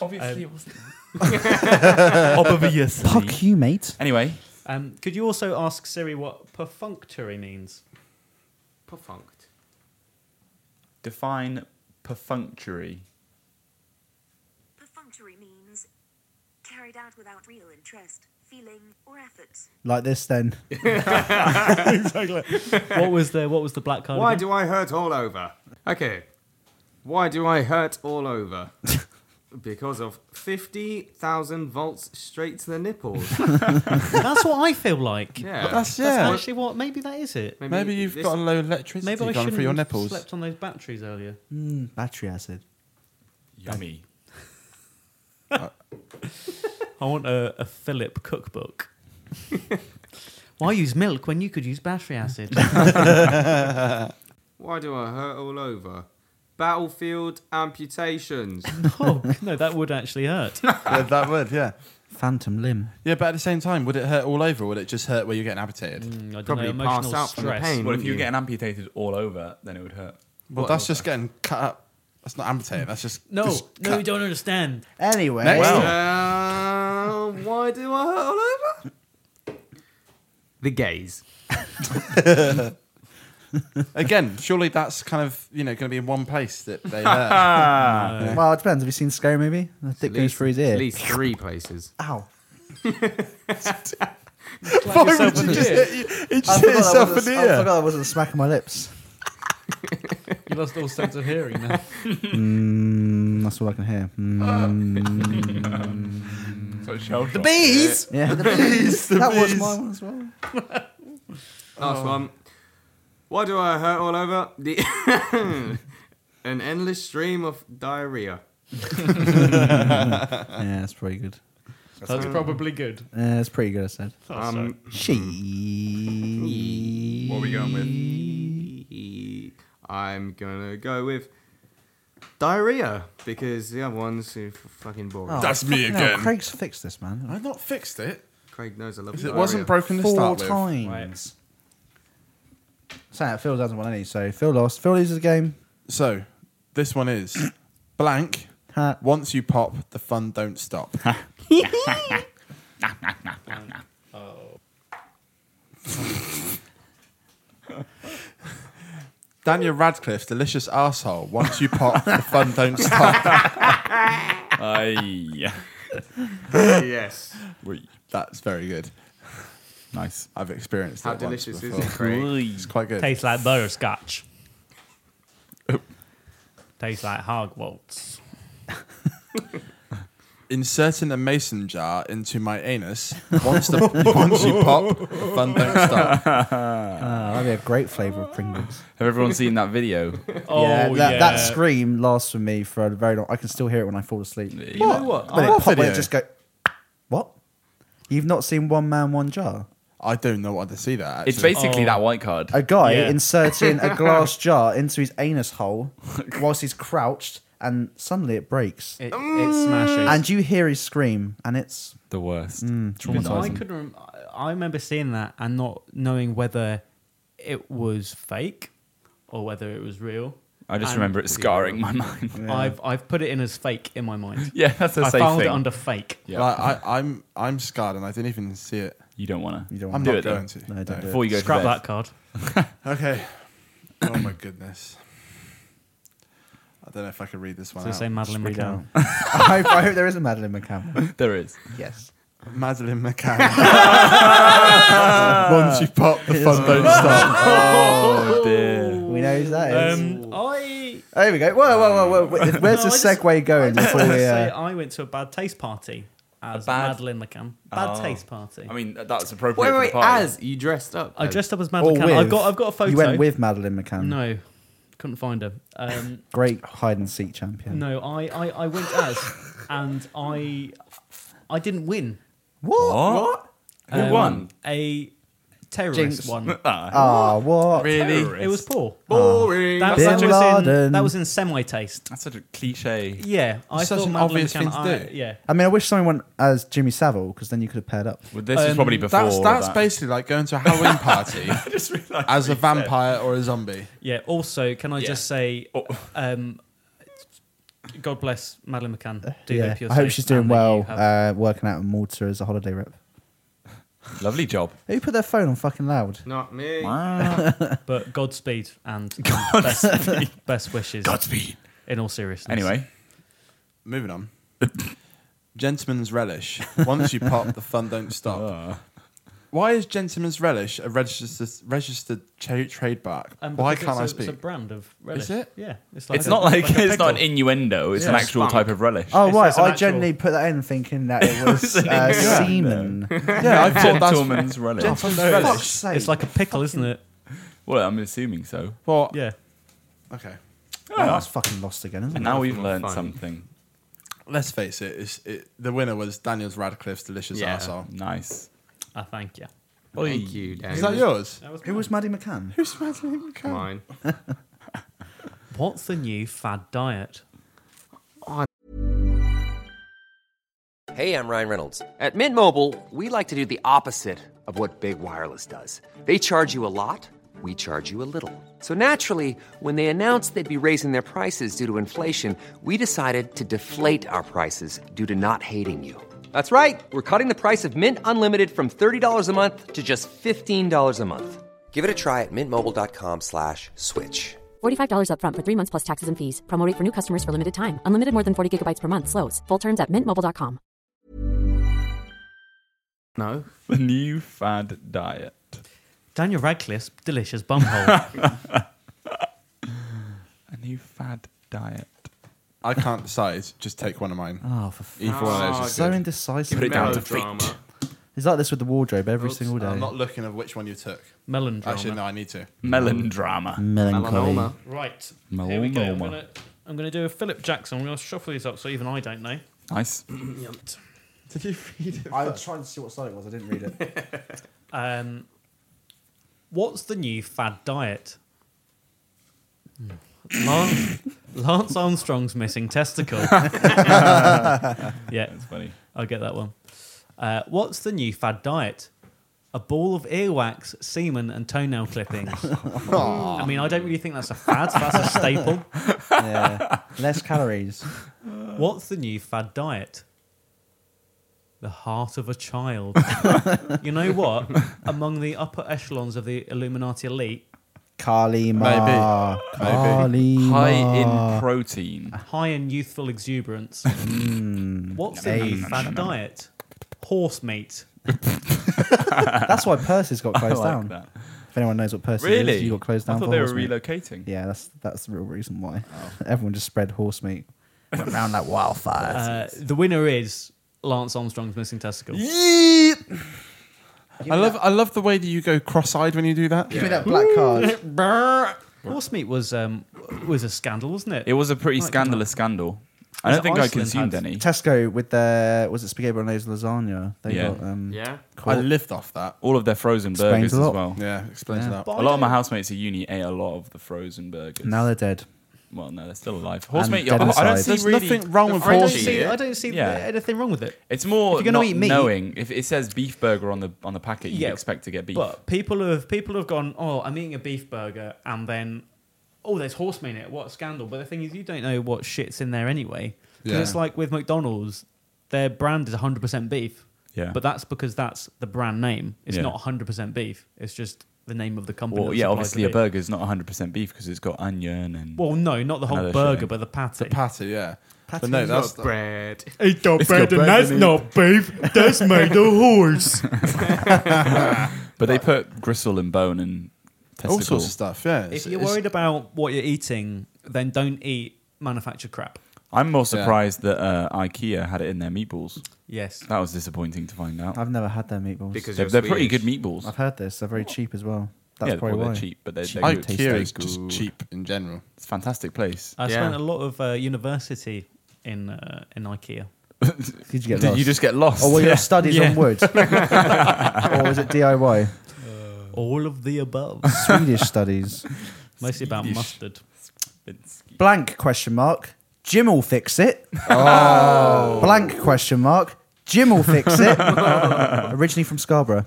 Obviously, it wasn't. Obviously. Fuck you, mate. Anyway, Um, could you also ask Siri what perfunctory means? Perfunct. define perfunctory. Perfunctory means carried out without real interest, feeling, or efforts. Like this, then. What was the what was the black card? Why again? do I hurt all over? Okay. Why do I hurt all over? because of 50,000 volts straight to the nipples. That's what I feel like. Yeah. That's That's yeah. actually what. Maybe that is it. Maybe you've this- got a low electricity Maybe I going should through your have nipples. slept on those batteries earlier. Mm, battery acid. Yummy. I want a, a Philip cookbook. Why use milk when you could use battery acid? Why do I hurt all over? Battlefield amputations. oh, no, that would actually hurt. Mm, yeah, that would, yeah. Phantom limb. Yeah, but at the same time, would it hurt all over? Or would it just hurt where you're getting amputated? Mm, I don't Probably know, emotional pass out from the stress. pain. Well, if you were Yeah. getting amputated all over, then it would hurt. Well, that's just getting cut up. That's not amputated. That's just No, just no, cut. you don't understand. Anyway. Next. Wow. Uh, why do I hurt all over? The gays. Again, surely that's kind of you know going to be in one place that they hurt. Well, it depends. Have you seen Scary Movie? The dick goes through his ear. At least three places. Ow. Why would you just hit, you, it just hit itself in the I ear? forgot I wasn't smacking my lips. You lost all sense of hearing now. Mm, that's all I can hear. Mm. the Bees. Yeah, the bees. that was my one as well. Last Oh. one. Why do I hurt all over? The An endless stream of diarrhea. Yeah, that's pretty good. That's probably good. Yeah, that's pretty good. I said. Um, She. What are we going with? I'm gonna go with diarrhea because the other one's are f- fucking boring. That's me Oh, fucking hell, again. Craig's fixed this, man. I've not fixed it. Craig knows I love It diarrhea. wasn't broken to Four start with. times. Saying that Phil doesn't want any, so Phil lost. Phil loses the game. So, this one is blank. Ha. Once you pop, the fun don't stop. Daniel Radcliffe, delicious asshole. Once you pop, the fun don't stop. Aye. yes. That's very good. Nice. I've experienced How that once delicious is before. it, Craig? It's quite good. Tastes like butterscotch. Tastes like Hogwarts. Inserting a mason jar into my anus. Once, the, once you pop, the fun don't stop. Ah, that'd be a great flavour of Pringles. Have everyone seen that video? Oh yeah, yeah, that, that scream lasts for me for a very long. I can still hear it when I fall asleep. You know what? But it What pop- when it video? just go. What? You've not seen One Man One Jar? I don't know what to see that. Actually. It's basically Oh. that white card. A guy Yeah. inserting a glass jar into his anus hole whilst he's crouched, and suddenly it breaks, It, it smashes. and you hear his scream, and it's The worst. Mm. But I couldn't. Rem- I remember seeing that and not knowing whether it was fake or whether it was real. I just And remember it scarring my mind. I've I've put it in as fake in my mind. Yeah, that's a I safe found thing. it under fake. Yeah. Like, I, I'm I'm scarred and I didn't even see it. you don't want to. you don't want I'm Do not it then. going to. No, don't do Before you go Scrap to bed. that card. Okay. Oh my goodness. I don't know if I can read this one. So out. say Madeline it. McCann. I, hope, I hope there is a Madeline McCann. There is. Yes. Madeline McCann. Once you pop, the fun don't stop. Oh dear. We know who that is. Um, I there we go. Whoa, whoa, whoa, whoa. Where's No, the I just- segue going just before wanted to we. say Uh, I went to a bad taste party as bad- Madeline McCann. Bad Oh. taste party. I mean, that's appropriate Wait, for wait, the wait. party. As you dressed up. I dressed up as or Madeline uh, with, McCann. oh, I've got I've got a photo. You went with Madeline McCann. No, couldn't find her. Um, Great hide and seek champion. No, I, I, I went as, and I I didn't win. What? what? Who Um, won? A terrorist Jinx. won. Ah, what? Really? It was poor. Boring. That, Bin that was in, Laden. that was in semi taste. That's such a cliche. Yeah, I Such thought an Madeline obvious thing McCann- to I- do. yeah, I mean, I wish someone went as Jimmy Savile because then you could have paired up. Well, this is probably before. That's that's that. basically like going to a Halloween party as a vampire or a zombie. yeah. Also, can I just say, Oh. um, God bless Madeline McCann. Do yeah. hope you're I hope safe she's doing and that you well have- uh, working out in Malta as a holiday rep. Lovely job. Who put their phone on fucking loud? Not me. but Godspeed and best, best wishes. Godspeed. In all seriousness. Anyway, Moving on. Gentleman's relish. Once you pop, the fun don't stop. Ah. Why is Gentleman's relish a registered registered cha- trademark? Um, Why because can't I it's a- speak? It's a brand of relish. it? Yeah. It's, it's a- not like, a it's not an pickle. innuendo. It's Yeah. an actual Spunk. type of relish. Oh, It's- right. it's an I actual- generally put that in thinking that it was uh, semen. Oh, yeah, I thought that's Gentleman's relish. Gentleman's Fuck's relish. sake. It's like a pickle, isn't it? Well, I'm assuming so. Well, Yeah. okay. Oh, that's fucking lost again, isn't And it? now we've learned fun. something. let's face it, it's, it the winner was Daniel's Radcliffe's delicious Yeah. arsehole. Nice. I Ah, thank you. Thank you, Dan. Is that yours? Who was Maddie McCann? Mine. What's the new fad diet? Hey, I'm Ryan Reynolds. At Mint Mobile, we like to do the opposite of what Big Wireless does. They charge you a lot, we charge you a little. So naturally, when they announced they'd be raising their prices due to inflation, we decided to deflate our prices due to not hating you. That's right. We're cutting the price of Mint Unlimited from $30 a month to just $15 a month. Give it a try at mintmobile.com slash switch. $45 upfront for three months plus taxes and fees. Promo rate for new customers for limited time. Unlimited more than 40 gigabytes per month. Slows. Full terms at mintmobile.com. No. The new fad diet. Daniel Radcliffe's delicious bumhole. A new fad diet. I can't decide. Just take one of mine. Oh, for f- E Either one Ah, of those. Is so good. indecisive. Put it down to Melodrama. fate. It's like this with the wardrobe every Oops, single day. I'm not looking at which one you took. Melon drama. Actually, no, I need to. Melon Mm. drama. Melancholy. Melanoma. Right. Here we go. Melanoma. I'm gonna, I'm gonna do a Philip Jackson. I'm gonna shuffle these up so even I don't know. Nice. I was trying to see what side it was. I didn't read it. Um, what's the new fad diet? Hmm. Lance, Lance Armstrong's missing testicle. yeah, That's funny. I'll get that one. Uh, what's the new fad diet? A ball of earwax, semen, and toenail clippings. I mean, I don't really think that's a fad. That's a staple. yeah. Less calories. What's the new fad diet? The heart of a child. you know what? Among the upper echelons of the Illuminati elite, Kalima. Kalima. High in protein. high in youthful exuberance. Mm. What's the Hey. new fad diet? Horse meat. That's why Percy's got closed like down. that. If anyone knows what Percy Really? is, you got closed down I thought for they were horse meat. relocating. Oh. Yeah, that's that's the real reason why. Everyone just spread horse meat. Went round like Uh, wildfire. the winner is Lance Armstrong's missing testicle. I love I love the way that you go cross-eyed when you do that. Give me that black card. Horse meat was um, was a scandal, wasn't it? It was a pretty Like, scandalous scandal. I Was don't it think I Iceland consumed had- any. Tesco with their was it spaghetti bolognese lasagna? They Yeah. got um Yeah. I lived off that. All of their frozen burgers Explains a as lot. well. Yeah, explains that. A lot of my housemates at uni ate a lot of the frozen burgers. now they're dead. well, no, they're still alive. Horse And meat, I, dead I don't inside. see There's really- nothing wrong with I don't horse see, meat. I don't see Yeah. anything wrong with it. It's more If you're not gonna eat meat- knowing if it says beef burger on the on the packet, you Yeah, expect to get beef. But people who have people who have gone, oh, I'm eating a beef burger, and then, oh, there's horse meat in it. What a scandal! But the thing is, you don't know what shit's in there anyway. 'Cause Yeah. it's like with McDonald's, their brand is 100% beef. Yeah. But that's because that's the brand name. It's Yeah. not 100% beef. It's just the name of the company. Well, that yeah, supplies the obviously a beef. burger is not 100% beef because it's got onion and Well, no, not the whole Another burger, shilling. but the patty. Patty, yeah. but no, that's Got bread. It's got bread and bread that's in it. not beef. That's made of horse. But they put gristle and bone and testicle. all sorts of stuff. Yeah. If It's- you're it's- worried about what you're eating, then don't eat manufactured crap. I'm more surprised that uh, IKEA had it in their meatballs. Yes. That was disappointing to find out. I've never had their meatballs. Because They're, you're they're pretty good Swedish. meatballs. I've heard this. They're very cheap as well. That's yeah, probably well, why. they're cheap, but they're, they're good. IKEA is just Good. cheap in general. It's a fantastic place. I Yeah. spent a lot of uh, university in uh, in IKEA. Did you get Did lost? you just get lost? Or were your Yeah. studies on wood? or was it DIY? Oh. All of the above, Swedish studies. mostly about mustard. Blank question mark. Jim will fix it. Oh. Blank question mark. Jim will fix it. Originally from Scarborough.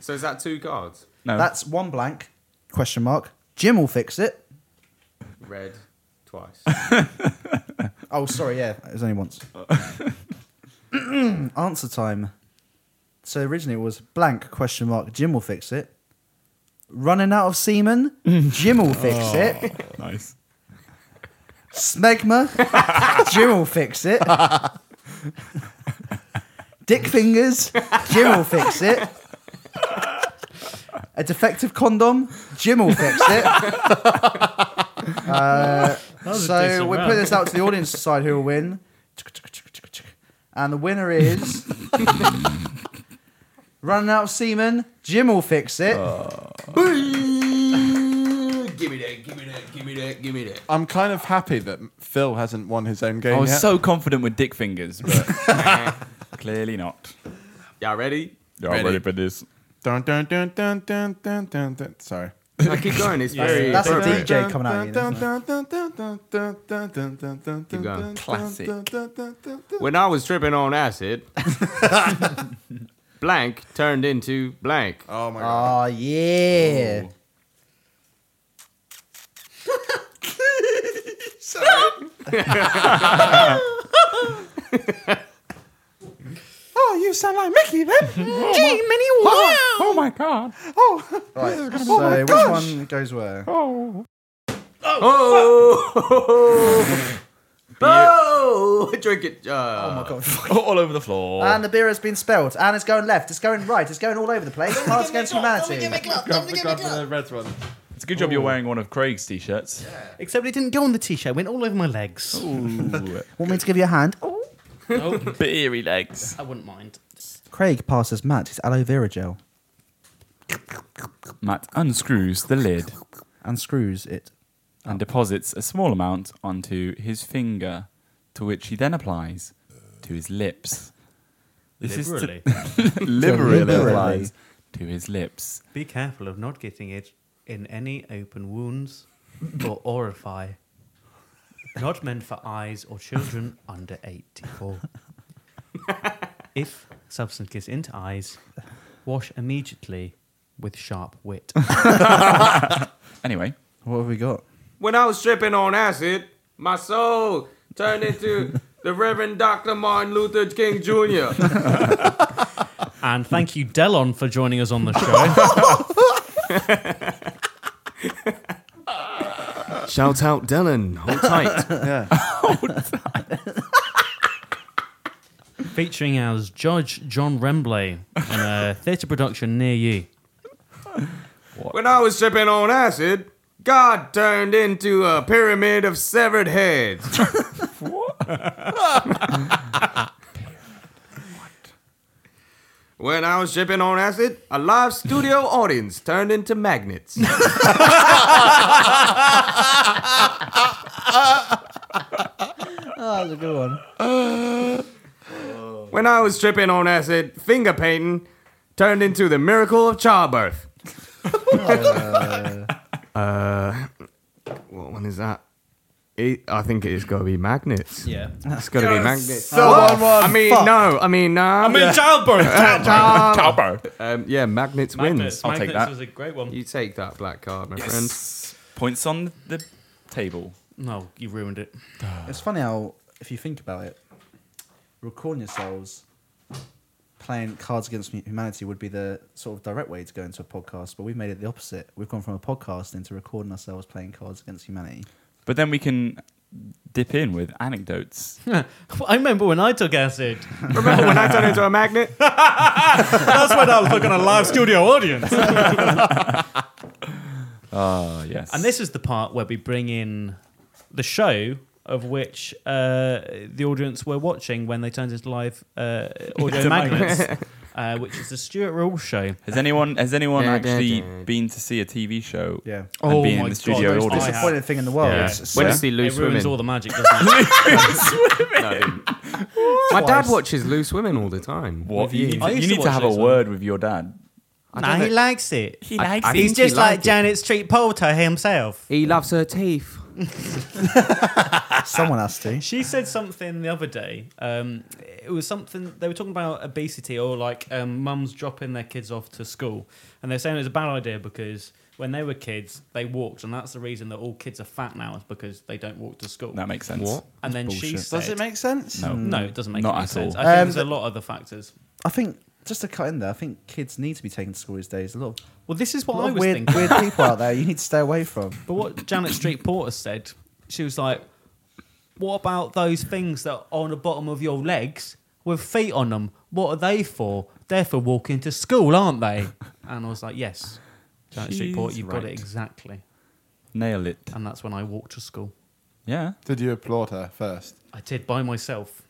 So is that two cards? No. That's one blank question mark. Jim will fix it. Red twice. Oh, sorry, yeah, it was only once. Answer time. So originally it was blank question mark. Jim will fix it. Running out of semen. Jim will fix Oh, it. nice. Smegma. Jim will fix it. Dick fingers. Jim will fix it. A defective condom. Jim will fix it. Uh, was a so decent we're round. putting this out to the audience to decide who will win. And the winner is. Running out of semen. Jim will fix it. Oh. give me that, give me that, give me that, give me that. I'm kind of happy that Phil hasn't won his own game I was yet. Oh, so confident with dick fingers, but clearly not. Y'all ready? Yeah, Ready. ready for this. Dun, dun, dun, dun, dun, dun, dun, dun. Sorry. I keep going. It's very That's a appropriate. DJ coming out. of you, isn't it? Keep going. Classic. When I was tripping on acid, blank turned into blank. Oh my god. Oh yeah. Oh, you sound like Mickey then. Gee, Minnie, wow. Oh my god. Oh, Right. So my which gosh. one goes where? Oh, drink it. Uh, Oh my god. All over the floor. And the beer has been spilled, and it's going left, it's going right, it's going all over the place. Cards against humanity. it's a good job Oh. you're wearing one of Craig's t-shirts. Except it didn't go on the t-shirt; it went all over my legs. Oh. Want me to give you a hand? Beery legs. I wouldn't mind. Craig passes Matt his aloe vera gel Matt unscrews the lid and screws it. and deposits a small amount onto his finger, to which he then applies to his lips. This Liberally. is to, liberally, Liberally. applies to his lips. Be careful of not getting it in any open wounds or orifice. Not meant for eyes or children under 84. if Substance gets into eyes. Wash immediately with sharp wit. Anyway, What have we got? When I was tripping on acid, my soul turned into the Reverend Dr. Martin Luther King Jr. and thank you, Delon, for joining us on the show. Shout out Dylan. Hold tight. Featuring as Judge John Remblay in a theatre production near you. when I was tripping on acid, God turned into a pyramid of severed heads. When I was tripping on acid, a live studio audience turned into magnets. Oh, that's a good one. When I was tripping on acid, finger painting turned into the miracle of childbirth. uh, what one is that? It, I think it's got to be magnets. Yeah. It's got to be magnets. So one, one. I mean, fuck. no. I mean, no. I mean, childbirth. um, yeah, magnets, wins. I'll take Magnets that. was a great one. You take that black card, my friend. Yes. Points on the table. No, you ruined it. It's funny how, if you think about it, recording yourselves playing Cards Against Humanity would be the sort of direct way to go into a podcast, but we've made it the opposite. We've gone from a podcast into recording ourselves playing Cards Against Humanity. But then we can dip in with anecdotes. I remember when I took acid. Remember when I turned into a magnet? That's when I was looking at a live studio audience. Oh, yes. And this is the part where we bring in the show of which uh, the audience were watching when they turned into live uh, audio To magnets, uh, which is the Stuart Rule show. has anyone has anyone Yeah, actually yeah, yeah. been to see a TV show? Yeah. And Oh be in my the studio God, audience. I have. Disappointing thing in the world. Yeah. It's- When Yeah. you see It loose ruins women. all the magic, doesn't it? My dad watches loose women all the time. What you. you need, I to, used you to need to watch have a those word with your dad. nah, he likes it. He likes I it. He's think he just like liked it. Janet Street Poulter himself. He loves her teeth. Someone has to. She said something the other day. Um, it was something they were talking about obesity or like um, mums dropping their kids off to school, and they're saying it's a bad idea because when they were kids they walked, and that's the reason that all kids are fat now is because they don't walk to school. That makes sense. What? and then she bullshit. said, Does it make sense? No. No, it doesn't make Not any at sense. all. I think Um, there's a lot of other factors. I think, just to cut in there, I think kids need to be taken to school these days. A lot of, Well, this is a what lot I of was weird, thinking. weird people out there you need to stay away from. But what Janet Street Porter said, she was like, "What about those things that are on the bottom of your legs with feet on them? What are they for? They're for walking to school, aren't they?" And I was like, "Yes, Janet Street She's Porter, you've got it right. exactly." Nail it. And that's when I walked to school. Yeah. Did you applaud her first? I did by myself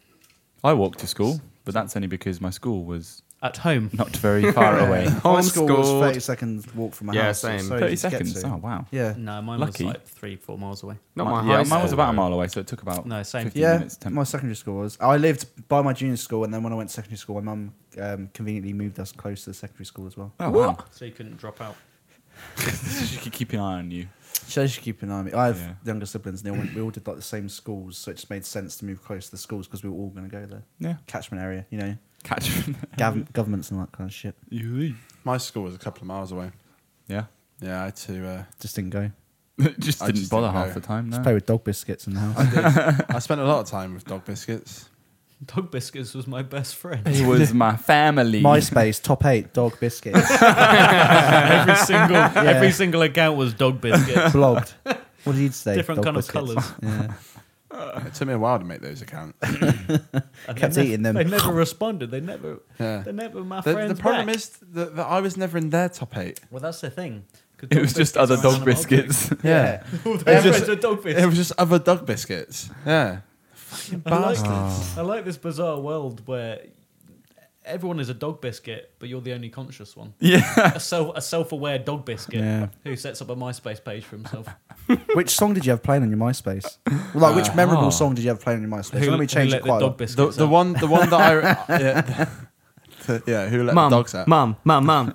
I walked to school, but that's only because my school was at home. not very far away. My school was Homeschooled. 30 seconds walk from my Yeah, house. same. It's so 30 easy to get seconds. to. Oh, wow. Yeah. No, mine Lucky. was like three, four miles away. Not Mi- my, yeah, high mine was school, about a though. mile away, so it took about No, same. 15 Yeah, minutes. 10 my secondary school was. I lived by my junior school, and then when I went to secondary school, my mum um, conveniently moved us close to the secondary school as well. Oh, wow. So you couldn't drop out. She could keep an eye on you. So you should keep an eye on me. I have Yeah. younger siblings, and they all went, we all did like the same schools, so it just made sense to move close to the schools because we were all going to go there. Yeah. Catchment area, you know, Catch gov- governments and all that kind of shit. My school was a couple of miles away. Yeah. Yeah, I had to. Uh, Just didn't go. just I didn't just bother didn't half know. the time, Just no. play with dog biscuits in the house. I, did. I spent a lot of time with dog biscuits. Dog biscuits was my best friend. He was my family. MySpace top eight dog biscuits every single, every single account was dog biscuits. blogged. What did you say? Different Dog kind of biscuits. colours. Yeah. It took me a while to make those accounts. And they Kept nev- eating them. They never responded. They never. Yeah. They never. My The, friends. the problem back. is that, that I was never in their top eight. Well, that's the thing. 'Cause It dog was just biscuits other are an dog animal biscuits. Yeah. object. All It was their friends just- are dog It biscuits. was just other dog biscuits. Yeah. Fucking I like, bastards. I like this bizarre world where everyone is a dog biscuit, but you're the only conscious one. Yeah. A, self, a self-aware dog biscuit Yeah. who sets up a MySpace page for himself. Which song did you have playing on your MySpace? Well, like, which memorable Ah. song did you have playing on your MySpace? Who- Let me who change let it the quite a dog lot. The, biscuits the out. one the one that I yeah, the- yeah who let the Mum, dogs out? mum, mum, mum.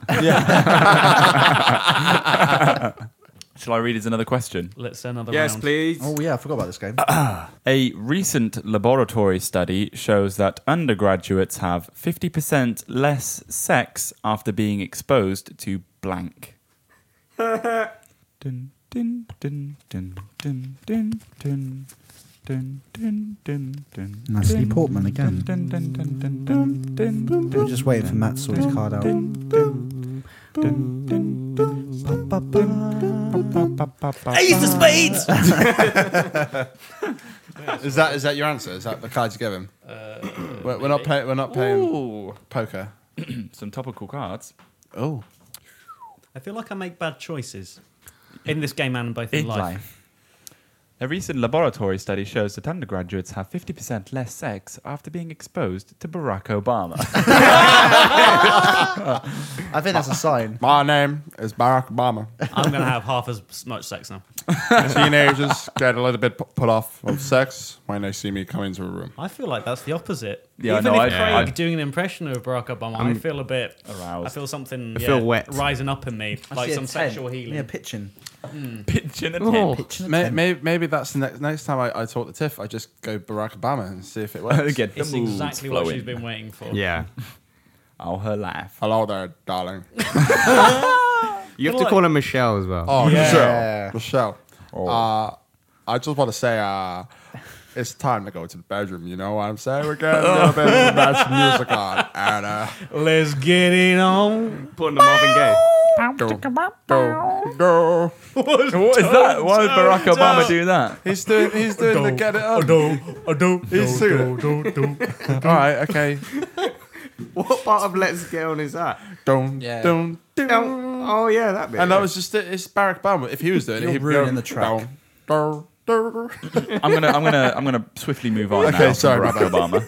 Shall I read as another question? Let's say another Yes, round. please. Oh yeah, I forgot about this game. Uh, A recent laboratory study shows that undergraduates have 50% less sex after being exposed to blank. dun, dun, dun, dun, dun, dun, dun. Dun, dun, dun, dun, Natalie dun, Portman again. Dun, dun, dun, dun, dun, dun, dun, I'm just waiting for Matt to sort his card out. Ace of spades! Is that is that your answer? Is that the card you gave him? we're, we're not playing. We're not playing poker. Some topical cards. Oh, I feel like I make bad choices in this game and both in, life. A recent laboratory study shows that undergraduates have 50% less sex after being exposed to Barack Obama. I think that's a sign. my name is Barack Obama. I'm going to have half as much sex now. Teenagers get a little bit pu- put off of sex when they see me come into a room. I feel like that's the opposite. Yeah, I Even know, if I- yeah. Craig doing an impression of Barack Obama, i feel a bit aroused. I feel something. I feel yeah, wet. rising up in me, like some sexual healing. Yeah, pitching. Pitching a Oh. tent. Maybe, maybe, that's the next next time I, I talk to Tiff. I just go Barack Obama and see if it works. Get the it's moods exactly what flowing. she's been waiting for. Yeah. Oh, her laugh. Hello there, darling. You have to call her Michelle as well. Oh, Yeah. Michelle. Michelle. Uh, I just want to say uh, it's time to go to the bedroom. You know what I'm saying? We're getting a little bit of nice music on. And uh, Let's get it on. Putting the Marvin Gaye. go, go. What is that? Why would Barack Obama do that? He's doing, he's doing the get it up. He's doing it. All right, okay. What part of Let's Get On is that? Dun, Yeah. dun, dun. Oh, yeah, that bit. And that was just it. It's Barack Obama. If he was doing You're it, he'd be ruining going, the track. Dun, dun, dun. I'm gonna, I'm gonna, I'm gonna swiftly move on Okay, now. sorry, from my Barack Obama.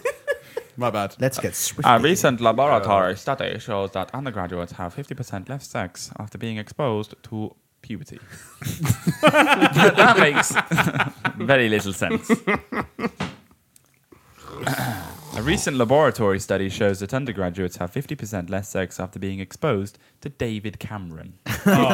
My bad. Let's get swift. A recent laboratory study shows that undergraduates have 50% less sex after being exposed to puberty. that makes very little sense. A recent laboratory study shows that undergraduates have 50% less sex after being exposed to David Cameron. Now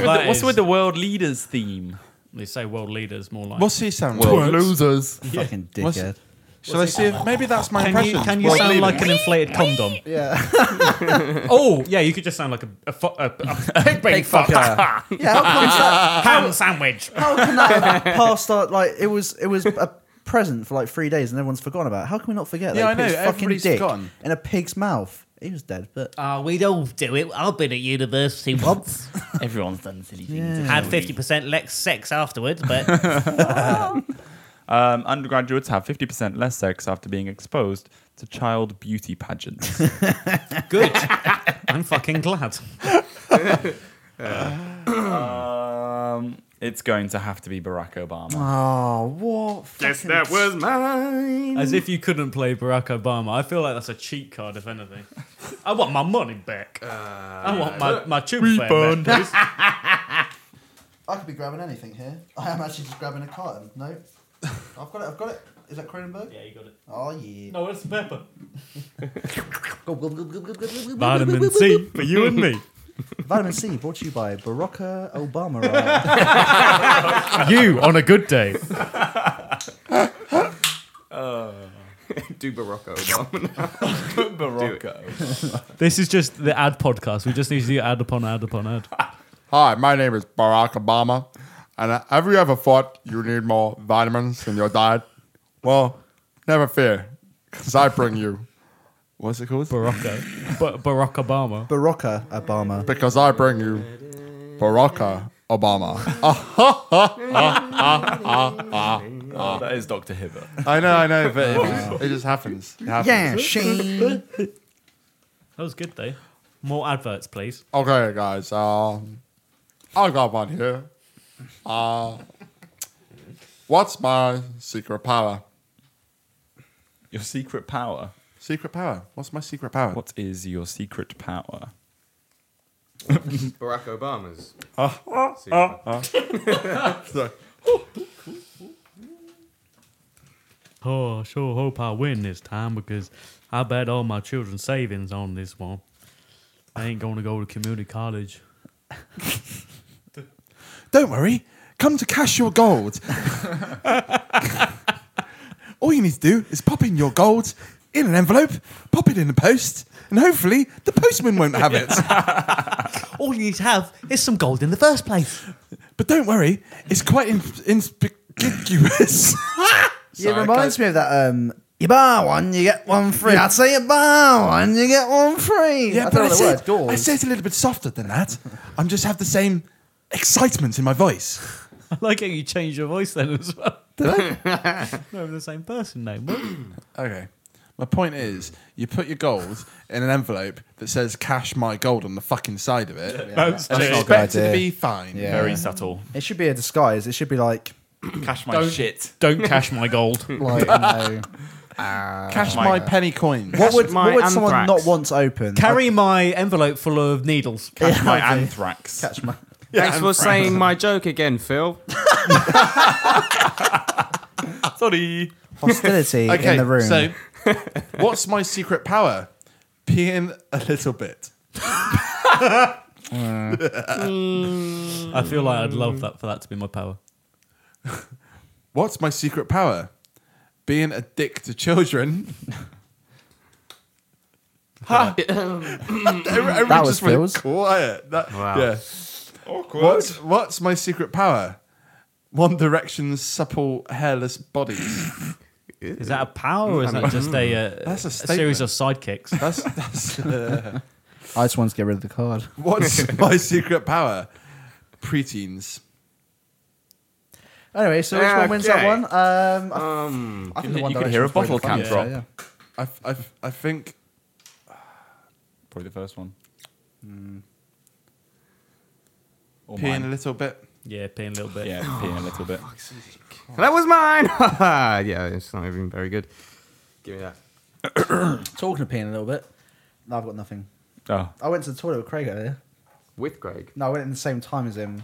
that What's is- with the world leaders theme? They say world leaders more like. What's he sound like? Well, Losers. Fucking What's- dickhead. Shall I see if maybe that's my Can impression? you, can you Well, sound leave like it. an inflated condom? Yeah. Oh, yeah, you could just sound like a, a, fu- a, a big, big fucker. yeah. How come that, Ham sandwich. how can that have passed our like it was it was a present for like three days and everyone's forgotten about? it? How can we not forget? that? Yeah, He I put his know, Fucking everybody's dick forgotten. in a pig's mouth. He was dead, but Uh, we don't do it. I've been at university once. Everyone's done silly things. Had 50% less sex afterwards, but Um, undergraduates have 50% less sex after being exposed to child beauty pageants. good. I'm fucking glad. um, it's going to have to be Barack Obama. Ah, oh what? Yes, Fucking that was mine. As if you couldn't play Barack Obama. I feel like that's a cheat card, if anything. I want my money back. I want my, my tube fare back, please. I could be grabbing anything here. I am actually just grabbing a carton. No, I've got it. I've got it. Is that Cronenberg? Yeah, you got it. Oh yeah. No, it's pepper. Vitamin Vitamin C for you and me. Vitamin C brought to you by Barocca Obama. Right? you on a good day. Do Barack Obama. Barocco. This is just the ad podcast. We just need to do ad upon ad upon ad. Hi, my name is Barack Obama. And uh, have you ever thought you need more vitamins in your diet? Well, never fear, because I bring you. What's it called? Barocco. But Barack Obama. Barocca Obama. Because I bring you Baraka Obama. that is Dr. Hibbert. I know, I know, but it, it just happens. It happens. Yeah, Shane. That was good though. More adverts, please. Okay, guys. Um, I got one here. Uh, what's my secret power? Your secret power. Secret power. What's my secret power? What is your secret power? Barack Obama's. Oh, I sure hope I win this time because I bet all my children's savings on this one. I ain't gonna go to community college. Don't worry. Come to cash your gold. All you need to do is pop in your gold in an envelope, pop it in the post, and hopefully the postman won't have it. All you need to have is some gold in the first place. But don't worry, it's quite in- inconspicuous. it reminds me of that. Um, you buy one, you get one free. I'd say you buy one, you get one free. Yeah, I but don't I know the said, word. Gauze. I said it a little bit softer than that. I just have the same excitement in my voice. I like how you changed your voice then as well. Did I? no, we're the same person now. Okay. My point is, you put your gold in an envelope that says "Cash my gold" on the fucking side of it. That's and not a good expect it to idea. be fine. Yeah. It should be a disguise. It should be like cash my Don't- shit. don't cash my gold. like, no. Cash my, penny coins. What would, what would someone not want to open? Carry my envelope full of needles. Catch my Yeah. anthrax. Catch my. Thanks for saying my joke again, Phil. Sorry. Hostility okay, in the room. So, what's my secret power? Peeing a little bit. I feel like I'd love that for that to be my power. What's my secret power? Being a dick to children. Ha! Everyone That was just went Phil's. quiet. That- Wow. Yeah. Awkward. What's, what's my secret power? One Direction's supple, hairless bodies. Is that a power or is Mm. that just a, uh, That's a a series of sidekicks? That's, that's uh, I just want to get rid of the card. what's my secret power? Preteens. Anyway, so which one wins that Okay. one? Um, I, Um, I think you the one could hear a Direction's probably bottle the cap funniest, drop. yeah. I, f- I, f- I think Probably the first one. Mm. Or peeing a mine. little bit. Yeah, peeing a little bit. Yeah, peeing a little bit. that was mine. yeah, it's not even very good. Give me that. Talking of peeing a little bit. No, I've got nothing. Oh, I went to the toilet with Craig earlier. With Greg. No, I went in the same time as him.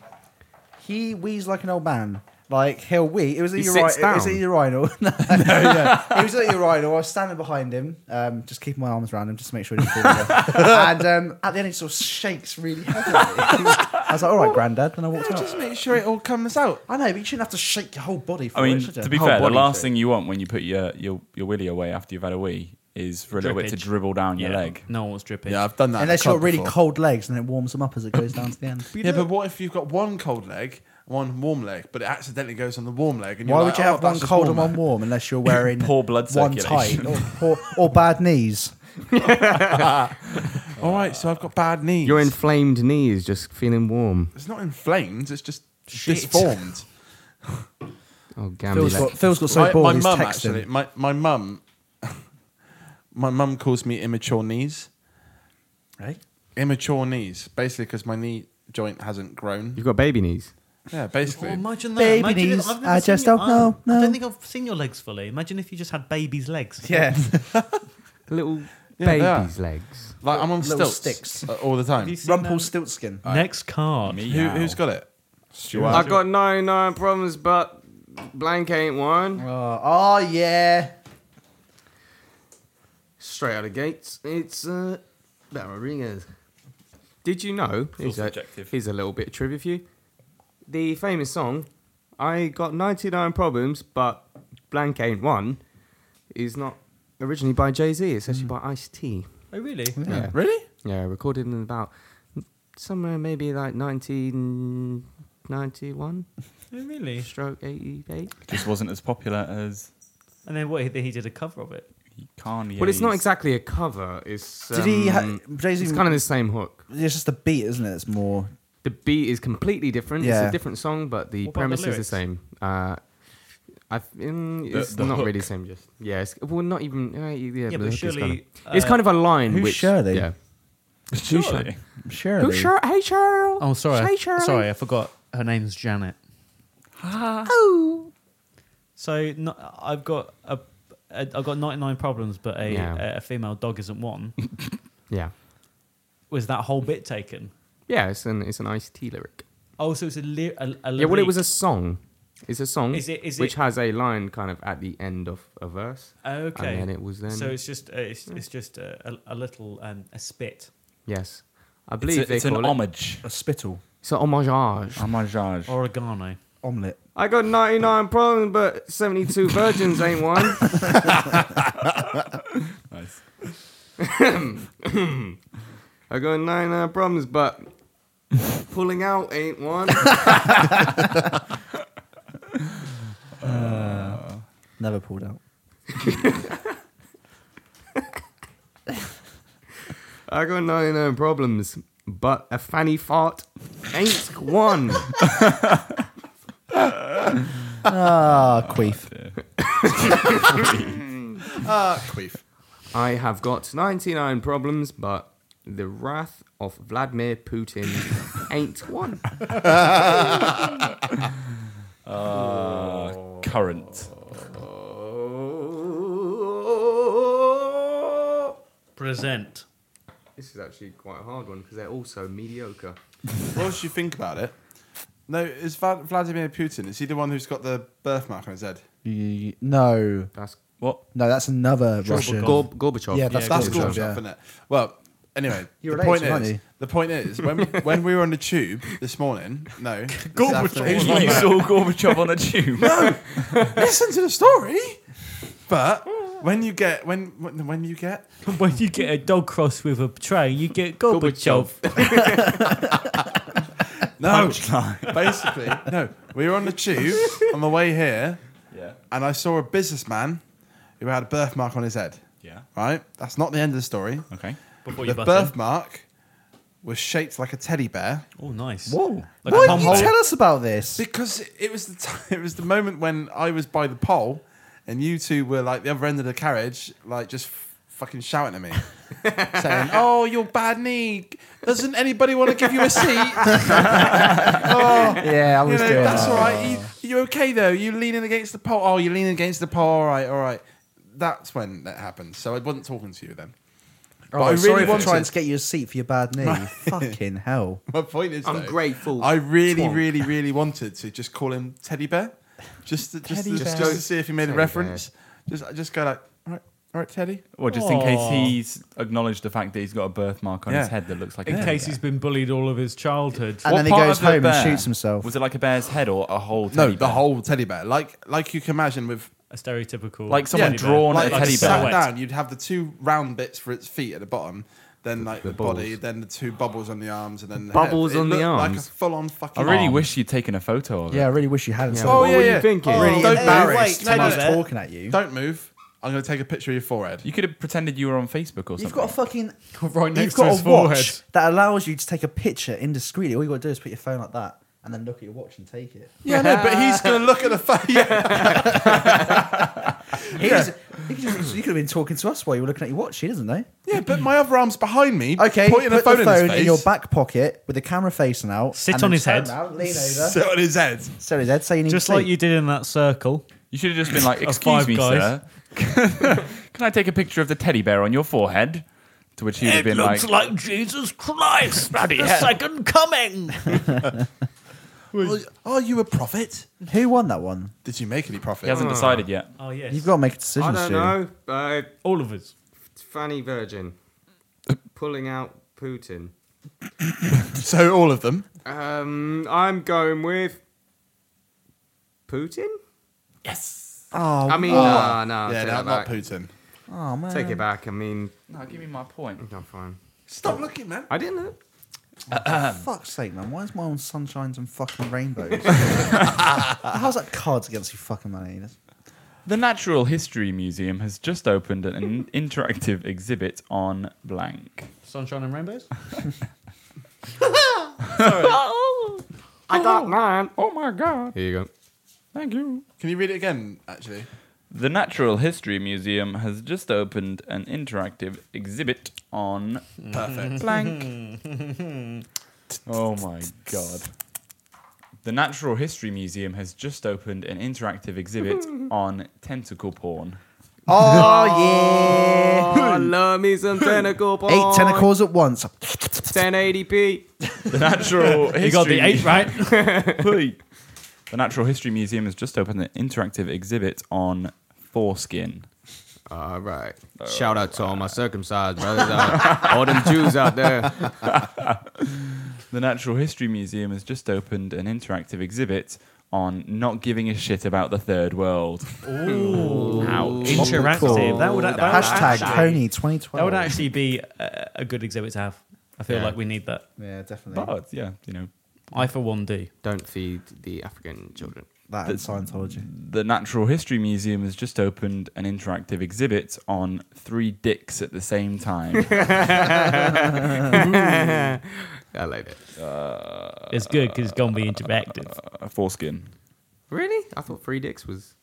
He wheezed like an old man. Like he'll wee. It was a He urinal. sits It was a down. urinal. no, yeah. It was a urinal. I was standing behind him, um, just keeping my arms around him, just to make sure he didn't fall over. And um, at the end, he sort of shakes really heavily. I was like, "All right, granddad." Then I walked out. Just make sure it all comes out. I know, but you shouldn't have to shake your whole body. For Oh, I mean, it, should you? to be Whole fair, the body last shake. thing you want when you put your your, your willy away after you've had a wee is for a little bit to Drippage. dribble down your Yeah, leg. No one wants drippage. Yeah, I've done that. in Unless the you've club got really before. cold legs, and it warms them up as it goes down to the end. Yeah, but what if you've got one cold leg, one warm leg, but it accidentally goes on the warm leg? And you're Why like, would you "Oh, have one that's just cold and warmer." one warm unless you're wearing Poor blood one circulation. tight or, poor, or bad knees? All right, so I've got bad knees. Your inflamed knees just feeling warm. It's not inflamed. It's just Shit. disformed. Oh, Phil's Gamble. got, Phil's got so my, bored my he's mum texting. actually. My my mum. my mum calls me immature knees. Right? Immature knees, basically, because my knee joint hasn't grown. You've got baby knees. Yeah, basically. Oh, imagine that. Baby imagine if- knees. I've never I seen just your- don't I know, no. don't think I've seen your legs fully. Imagine if you just had baby's legs. Yeah. Little Yeah, they are. baby's legs. like I'm on Little stilts sticks. uh, all the Have time. you seen that? Rumpelstiltskin. Next card. Who, who's got it? I've got 99 problems, but blank ain't one. Oh, oh, yeah. Straight out of gates, it's uh, about Rodriguez. Did you know? Here's a, subjective. here's a little bit of trivia for you. The famous song, I Got 99 Problems, but blank ain't one, is not originally by Jay Z, it's actually by Ice T. Oh, really? Yeah. Really? Yeah, recorded in about somewhere maybe like 1991 Oh, really? stroke 88. Just wasn't as popular as And then what? He, he did a cover of it. Kanye. Well, it's not exactly a cover. It's Did he ha- um, Jay-Z- It's kind of the same hook. It's just the beat, isn't it? It's more. The beat is completely different. It's Yeah. a different song, but the What about the premise is the lyrics? same. Uh, I th- mm, The- it's the not really hook. the same. Just yeah, it's, well, not even. Uh, yeah, Yeah, the but hook is surely, kinda- uh, it's kind of a line. Who's which, Shirley? Yeah. Surely. Surely. Who Shir- Hey, Cheryl. Oh, sorry. Hey, Cheryl. Sorry, I forgot. Her name's Janet. Ah. So no, I've got a, a I've got 99 problems, but a, Yeah. a, female dog isn't one. Yeah. Was that whole bit taken? Yeah. It's an it's an iced tea lyric. Oh, so it's a, ly- a, a Yeah. Well, it lyric. was a song. It's a song. Is it- is which it- Uh, has a line kind of at the end of a verse. Okay. And then it was then. So it's just uh, it's, it's just a, a, a little um, a spit. yes. I It's, believe a- it's they an call it. homage. A spittle. So hommage. Hommage. Oregano. Omelette. I got 99 problems, but 72 virgins ain't one. nice. I got 99 problems, but pulling out ain't one. Uh, never pulled out. I got 99 problems, but a fanny fart ain't one. Ah, queef. Ah, queef. I have got 99 problems, but the wrath of Vladimir Putin ain't one. Uh, current. Present. This is actually quite a hard one because they're all so mediocre. Whilst you think about it, no, is Va- Vladimir Putin? Is he the one who's got the birthmark on his head? Y- No. That's what? No, that's another Russian. Gorb- Gorbachev. Yeah, that's, that's Gorbachev. Gorbachev, isn't it? Well, anyway, You're the related point to him, aren't is, you? the point is, when when we were on the tube this morning, no, this Gorbachev. afternoon- You saw Gorbachev on a tube? No, listen to the story. But when you get when when, when you get When you get a dog cross with a train, you get Gorbachev. No, Punchline. basically, no. We were on the tube on the way here, yeah. and I saw a businessman who had a birthmark on his head. Yeah. Right? That's not the end of the story. Okay. Before the you butt in. birthmark was shaped like a teddy bear. Oh, nice. Whoa. Like Why a didn't you pothole. tell us about this? Because it was the t- it was the moment when I was by the pole, and you two were like the other end of the carriage, like just f- fucking shouting at me, saying, "Oh, your bad knee! Doesn't anybody want to give you a seat?" oh, Yeah, I was you know, doing That's that. all right. You, you okay though? You leaning against the pole? Oh, you leaning against the pole? All right, all right. That's when that happened. So I wasn't talking to you then. But Oh, I really sorry for wanted- trying to get you a seat for your bad knee. Fucking hell. My point is, I'm though, grateful. I really, Twonk. really, really wanted to just call him Teddy Bear, just to, just, Teddy to, Bear. just to see if he made a Teddy reference. Just just go like, all right, all right, Teddy. Well, just in case Aw. he's acknowledged the fact that he's got a birthmark on his Yeah. head that looks like In a case he's been bullied all of his childhood. And then he part goes of the home bear? and shoots himself. Was it like a bear's head or a whole No, teddy the bear? whole Teddy Bear, like like you can imagine with. A stereotypical. Like someone teddy bear. drawn like, a teddy if bear. sat down, you'd have the two round bits for its feet at the bottom, then like the, body, balls. then the two bubbles on the arms, and then the Bubbles head. It on the looked Like arms. a full-on fucking. I really arm. wish you'd taken a photo of it. Yeah, I really wish you hadn't. said Oh that. yeah, were you yeah. thinking? Oh, Really don't embarrassed. move. No one's No, no, talking at you. Don't move. I'm going to take a picture of your forehead. You could have pretended you were on Facebook or something. You've got a fucking Right next you've to got his a forehead. watch that allows you to take a picture indiscreetly. All you got to do is put your phone like that and then look at your watch and take it. Yeah, no, but he's going to look at the face. He was- he could just- you could have been talking to us while you were looking at your watch. He doesn't know. Yeah, but my other arm's behind me. Okay, pointing put a phone the in, his phone in, face. your back pocket with the camera facing out. Sit and on then his turn head. round, lean over, Sit on his head. sit on his head. So you need Just to like see. you did in that circle. You should have just been like, Of "Excuse five me, guys. sir, can I take a picture of the teddy bear on your forehead?" To which he would have been like, Jesus Christ, Bloody hell. second coming. Are, are you a prophet? Who won that one? Did you make any "He profit? hasn't decided yet." Oh, yes. You've got to make a I decision, don't Stu. know. Uh, all of us. Fanny Virgin. Pulling out Putin. So all of them. Um, I'm going with Putin. Oh, I mean, no, no, yeah, take no, that not back. Putin. oh man. Uh, Take it back. I mean, No, give me my point. no, fine. Stop looking, man. I didn't know. Fuck's sake, man. Why is my own sunshines and fucking rainbows? How's that cards against you fucking money? That's- The Natural History Museum has just opened an interactive exhibit on blank. Sunshine and Rainbows? I got mine. Oh my god! Here you go. Thank you. Can you read it again? Actually, The Natural History Museum has just opened an interactive exhibit on perfect. blank. oh my god. The Natural History Museum has just opened an interactive exhibit on tentacle porn. Oh, Oh, love me some tentacle porn. yeah. Eight tentacles at once. 1080p. The Natural History You got the eight right. Hey. The Natural History Museum has just opened an interactive exhibit on foreskin. Oh, All right. Shout out to all my circumcised brothers, out, all them Jews out there. The Natural History Museum has just opened an interactive exhibit on not giving a shit about the third world. Ooh. Ouch. Interactive. Cool. That would, that Hashtag would actually- Pony 2012. That would actually be a, a good exhibit to have. I feel Yeah. like we need that. Yeah, definitely. But, yeah, you know. I for one do. Don't feed the African children. That and Scientology. The Natural History Museum has just opened an interactive exhibit on three dicks at the same time. I like it. it's good because it's going to be interactive. Uh, foreskin. Really? I thought three dicks was.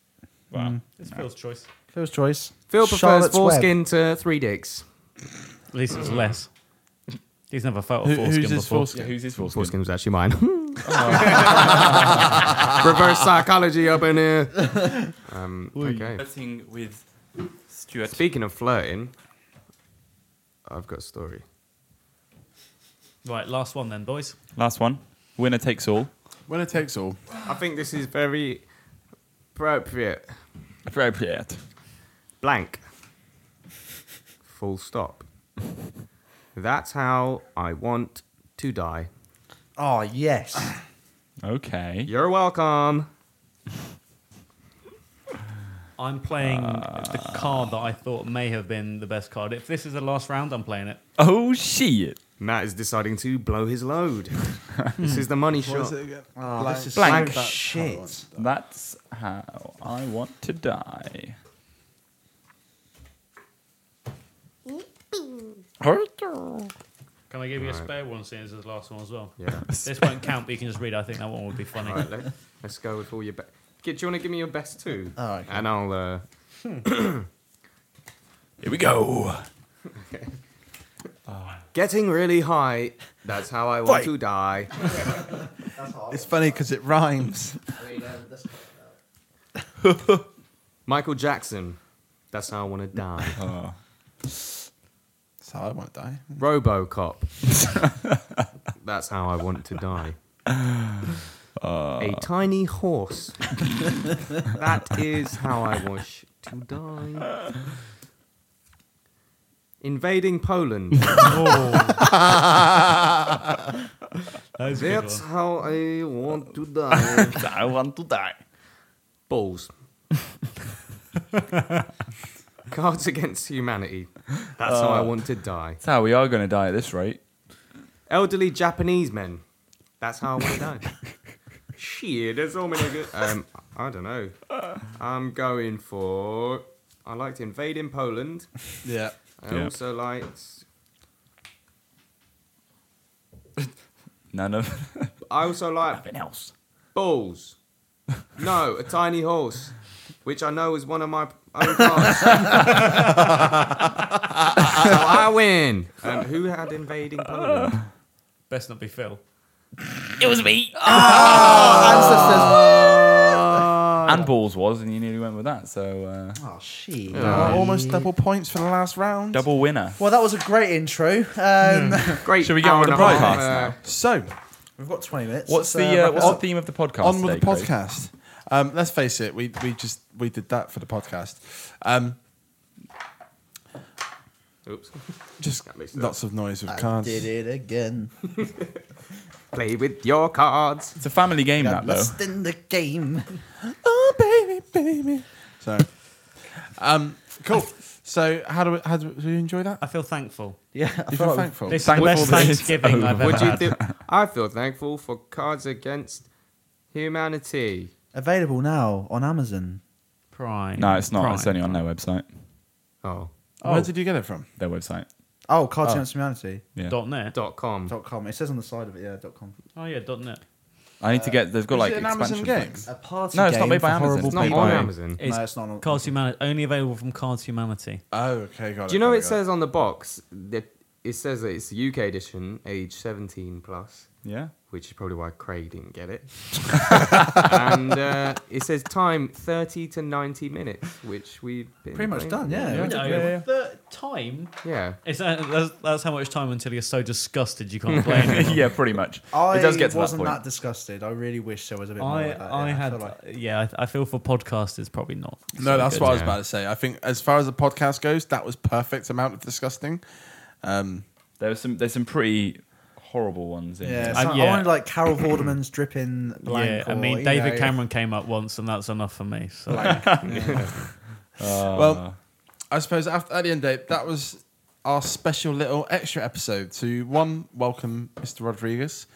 Wow. It's Phil's choice. Phil's choice. Phil prefers Charlotte's Web. foreskin to three dicks. At least it's less. He's never felt Who- a who's foreskin his before. foreskin? Who's his foreskin? Foreskin was actually mine. Reverse psychology up in here. Um, okay. Flirting with Stuart. Speaking of flirting, I've got a story. Right, last one then, boys. Last one. Winner takes all. Winner takes all. I think this is very appropriate. Appropriate. Blank. Full stop. That's how I want to die. Oh, yes. Okay. You're welcome. I'm playing the card that I thought may have been the best card. If this is the last round, I'm playing it. Oh shit! Matt is deciding to blow his load. this is the money What is shot. Ah, it again? Oh, Blank. this is Blank. so Hold on. shit. That's how I want to die. Can I give you a spare one since it's the last one as well? Yeah. This won't count, but you can just read. it. I think that one would be funny. All right, let, us go with all your best. Do you want to give me your best two? Oh, okay. And I'll. Uh, Here we go. Getting really high. That's how I want Right. to die. It's funny because it rhymes. Michael Jackson. That's how I want to die. That's how I want to die. RoboCop. That's how I want to die. Uh. A tiny horse. that is how I wish to die. Invading Poland. That's how I want to die. I want to die. Balls. Cards Against Humanity. That's how Uh. I want to die. That's how we are going to die at this rate. elderly Japanese men. That's how I want to die. Shit, there's so many good. Um, I don't know. I'm going for. I liked invading Poland. Yeah. I Yeah. also liked. None of I also like else. balls. No, a tiny horse, which I know is one of my own cards. so I win. Um, who had invading Poland? Best not be Phil. and balls was, and you nearly went with that. So uh, Oh, shit. Oh, almost double points for the last round. double winner. Well, that was a great intro. Um, Great. Shall we get on hour with the and a half, broadcast uh, now? So, We've got 20 minutes. What's Let's, the uh, wrap what's it the up. theme of the podcast? on with today, the Craig? podcast. Um, let's face it, we, we just we did that for the podcast. Um, Oops. just That makes sense. lots of noise with I cards. did it again. Play with your cards. It's a family game, Got that though. lost in the game. Oh, baby, baby. So, um, cool. So, how do we, how do we enjoy that? I feel thankful. Yeah, I You feel feel like thankful? This is the best that it's Thanksgiving I've ever Would you had. do? I feel thankful for Cards Against Humanity. available now on Amazon. Prime. No, it's not. Prime. It's only on their website. Oh, Where did you get it from? Their website. Oh, Cards Against Humanity. Yeah. Dot net. dot com. Dot com. It says on the side of it, yeah. Dot com. Oh yeah, dot net. I need to get. They've got Is like it an expansion Amazon game? packs. A party No, it's not game made by for Amazon. horrible It's not people. on Amazon. No, it's not on- Cards Humanity. Only available from Cards Humanity. Oh, okay, got it. Do you know got it got says on the box that it says that it's UK edition, age seventeen plus, Yeah. which is probably why Craig didn't get it. and uh, it says time thirty to ninety minutes, which we've been Pretty much playing. done, yeah. No, Yeah. the time. Yeah. It's, uh, that's, that's how much time until you're so disgusted you can't play anymore. yeah, pretty much. I it does get to that wasn't point. disgusted. I really wish there was a bit more. I, like that. I yeah, had, uh, feel like- yeah, I, th- I feel for podcasters, probably not. No, that's what I was yeah. about to say. I think as far as the podcast goes, that was perfect amount of disgusting. Um, There was some. There's some pretty horrible ones in. Yeah, here. so I wanted like Carol Vorderman's dripping blank. yeah, I or, mean, you David know, Cameron came up once, and that's enough for me. So, Blank. Yeah. Uh, well, I suppose after, at the end date, that was our special little extra episode to one, welcome Mr. Rodriguez,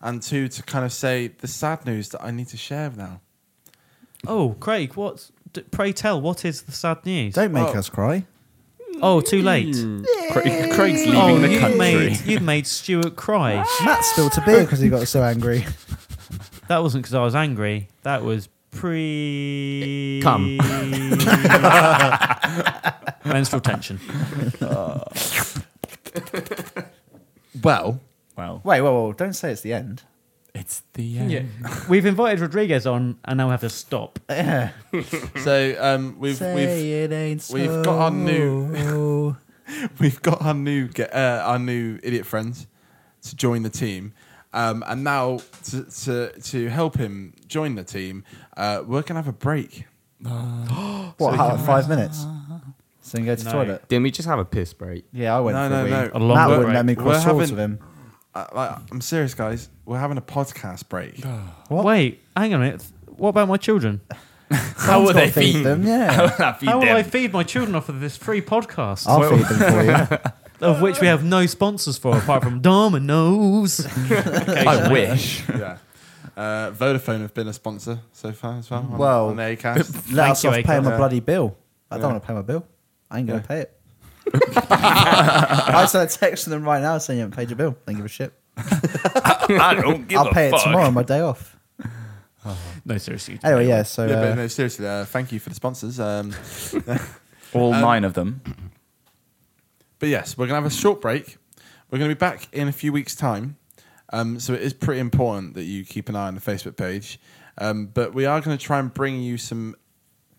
and two, to kind of say the sad news that I need to share now. oh, Craig, what? D- pray tell, what is the sad news? Don't Mm. make Oh. us cry. Oh, too late. Craig- Craig's leaving oh, the you've country. Made, you've made Stuart cry. Matt spilled a beer because he got so angry. That wasn't because I was angry. That was pre. Come. Menstrual tension. well, well, Wait, whoa, whoa! Don't say it's the end. It's the Yeah. We've invited Rodriguez on, and now we have to stop. Yeah. So um, we've Say we've it ain't we've got our new so. we've got our new ge- uh, our new idiot friends to join the team, um, and now to, to to help him join the team, uh, we're gonna have a break. What? So how- you can five rest. minutes. So you can go to the toilet. Didn't we just have a piss break? Yeah, I went No, for no, a no. week. Matt wouldn't let me cross swords with him. I, I'm serious, guys. We're having a podcast break. Wait, hang on a minute. What about my children? How will they feed them? Yeah. How will I feed How will I them? feed my children off of this free podcast? I'll feed them for you. Of which we have no sponsors for apart from Domino's. I wish. yeah. Uh, Vodafone have been a sponsor so far as well. On, Well, on Acast. let us off pay my Yeah. bloody bill. I Yeah. don't want to pay my bill. I ain't going Yeah. to pay it. I start texting them right now saying you haven't paid your bill. Don't give a shit. I don't give I'll a pay fuck. it tomorrow on my day off. No, seriously. Anyway, yeah, so. yeah, uh, but no, seriously, uh, thank you for the sponsors. Um, All Um, nine of them. but yes, we're going to have a short break. We're going to be back in a few weeks' time. Um, so it is pretty important that you keep an eye on the Facebook page. Um, but we are going to try and bring you some.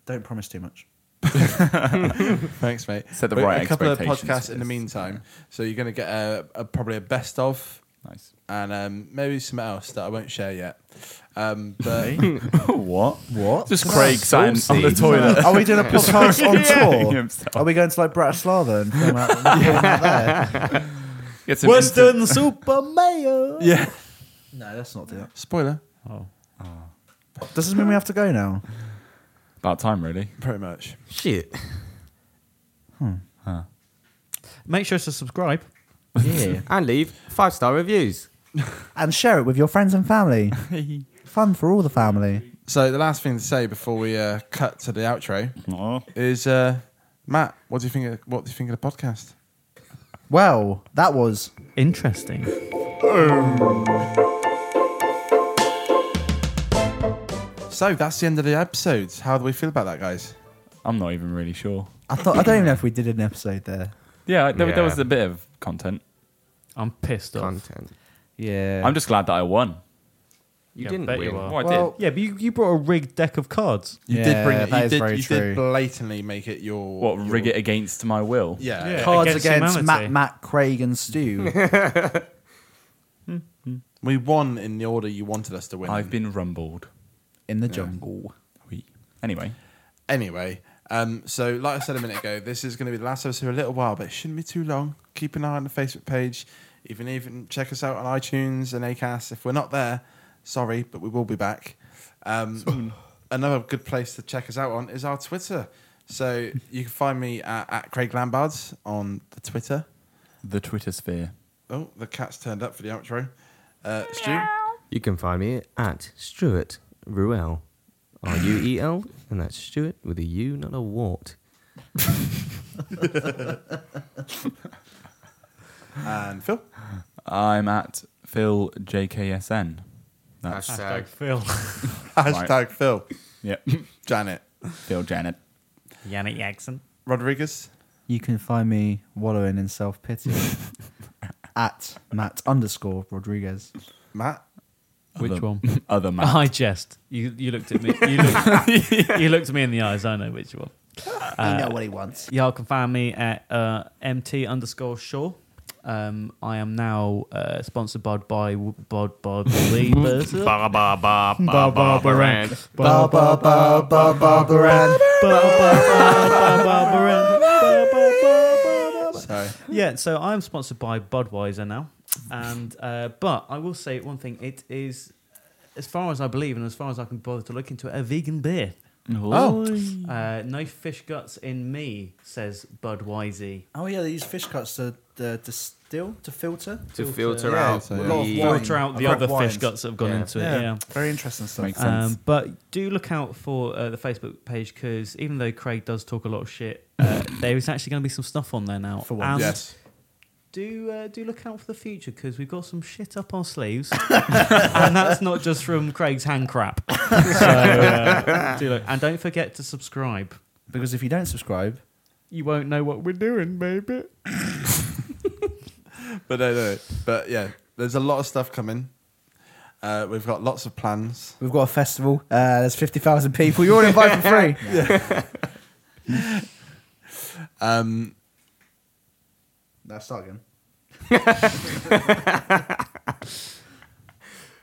Don't promise too much. Thanks, mate. Set the We're- right A couple of expectations podcasts for in the this. meantime. So you're going to get a, a probably a best of. Nice. And um, maybe something else that I won't share yet. Um, but what? What? Just Craig sat on the toilet. Are we doing a podcast on Yeah. tour? Himself. Are we going to like Bratislava and film out, film out there? Get some instant- Western Super Mayo. yeah, No, let's not do that. spoiler. Does this mean we have to go now? About time, really. Pretty much. Shit. Make sure to subscribe. Yeah. And leave five star reviews. and share it with your friends and family. Fun for all the family. So the last thing to say before we uh, cut to the outro Aw. is uh, Matt, what do you think? Of, what do you think of the podcast? Well, that was Interesting. So that's the end of the episodes. How do we feel about that, guys? I'm not even really sure. I thought I don't even know if we did an episode there. Yeah, there, there Yeah. was a bit of content. I'm pissed off. Content. Yeah. I'm just glad that I won. You Yeah, didn't bet you win. are. Well, I Well- did. Yeah, but you, you brought a rigged deck of cards. You Yeah, did bring it. that you is did, very you true. did blatantly make it your What, your- rig it against my will? Yeah. Yeah. Cards Against against, humanity. Matt, Matt, Craig, and Stu. we won in the order you wanted us to win. I've been rumbled. in the jungle. We- Anyway, anyway. Um, so, like I said a minute ago, this is going to be the last episode for a little while, but it shouldn't be too long. Keep an eye on the Facebook page. Even even check us out on iTunes and Acast. If we're not there, sorry, but we will be back. Um, another good place to check us out on is our Twitter. So you can find me at, at Craig Lambards on the Twitter. the Twitter sphere. Oh, the cat's turned up for the outro. Uh, Stu, You can find me at Stuart Ruel. R U E L. And that's Stuart with a U, not a wart. and Phil. I'm at Phil JKSN. That's Hashtag. Phil. Hashtag Phil. yep. Janet. Phil Janet. Yannick Jackson. Rodriguez. You can find me wallowing in self pity at Matt underscore Rodriguez. Matt. Which Other- one? Other Matt. I jest. You you looked at me. You looked, you looked at me in the eyes. I know which one. I know what he wants. Y'all can find me at uh, mt underscore Shaw. Um, I am now uh, sponsored by by by by believers. Ba ba ba Ba- ba ba- ba ba- ba rant. Ba ba ba ba ba ba Sorry. Yeah, so I'm sponsored by Budweiser now. And uh, but I will say one thing: it is, as far as I believe, and as far as I can bother to look into it, a vegan beer. Oh. uh, no fish guts in me, says Budweiser. Oh yeah, they use fish cuts to uh, distill to filter To filter Yeah, out so, yeah. the- Filter out the I've other got fish guts that have gone into it, yeah. very interesting stuff. Um, but do look out for uh, the Facebook page because even though Craig does talk a lot of shit, uh, there is actually going to be some stuff on there now. For once. Yes. Do uh, do look out for the future because we've got some shit up our sleeves, and that's not just from Craig's hand crap. So uh, do look, and don't forget to subscribe because if you don't subscribe, you won't know what we're doing, baby. but no, no. But yeah, there's a lot of stuff coming. Uh, we've got lots of plans. we've got a festival. Uh, there's fifty thousand people. You're all invited for free. um, Now start again.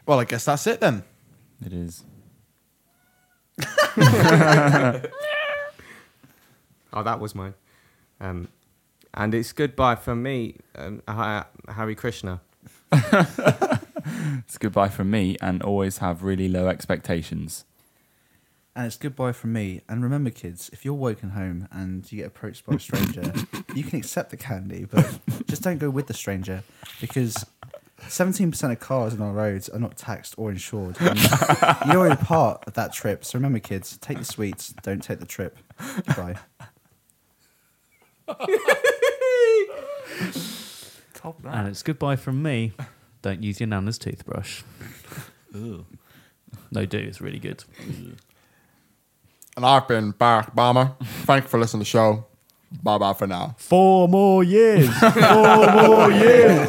well, I guess that's it then. It is. Oh, that was mine. Um, and it's goodbye from me, um, Ha- Harry Krishna. It's goodbye from me, and always have really low expectations. And it's goodbye from me. And remember, kids, if you're woken home and you get approached by a stranger, you can accept the candy, but just don't go with the stranger because 17% of cars on our roads are not taxed or insured. And you're already part of that trip. So remember, kids, take the sweets, don't take the trip. Goodbye. Top And it's goodbye from me. Don't use your nana's toothbrush. No, do it's really good. And I've been Barack Obama. Thank you for listening to the show. Bye bye for now. Four more years. Four more years.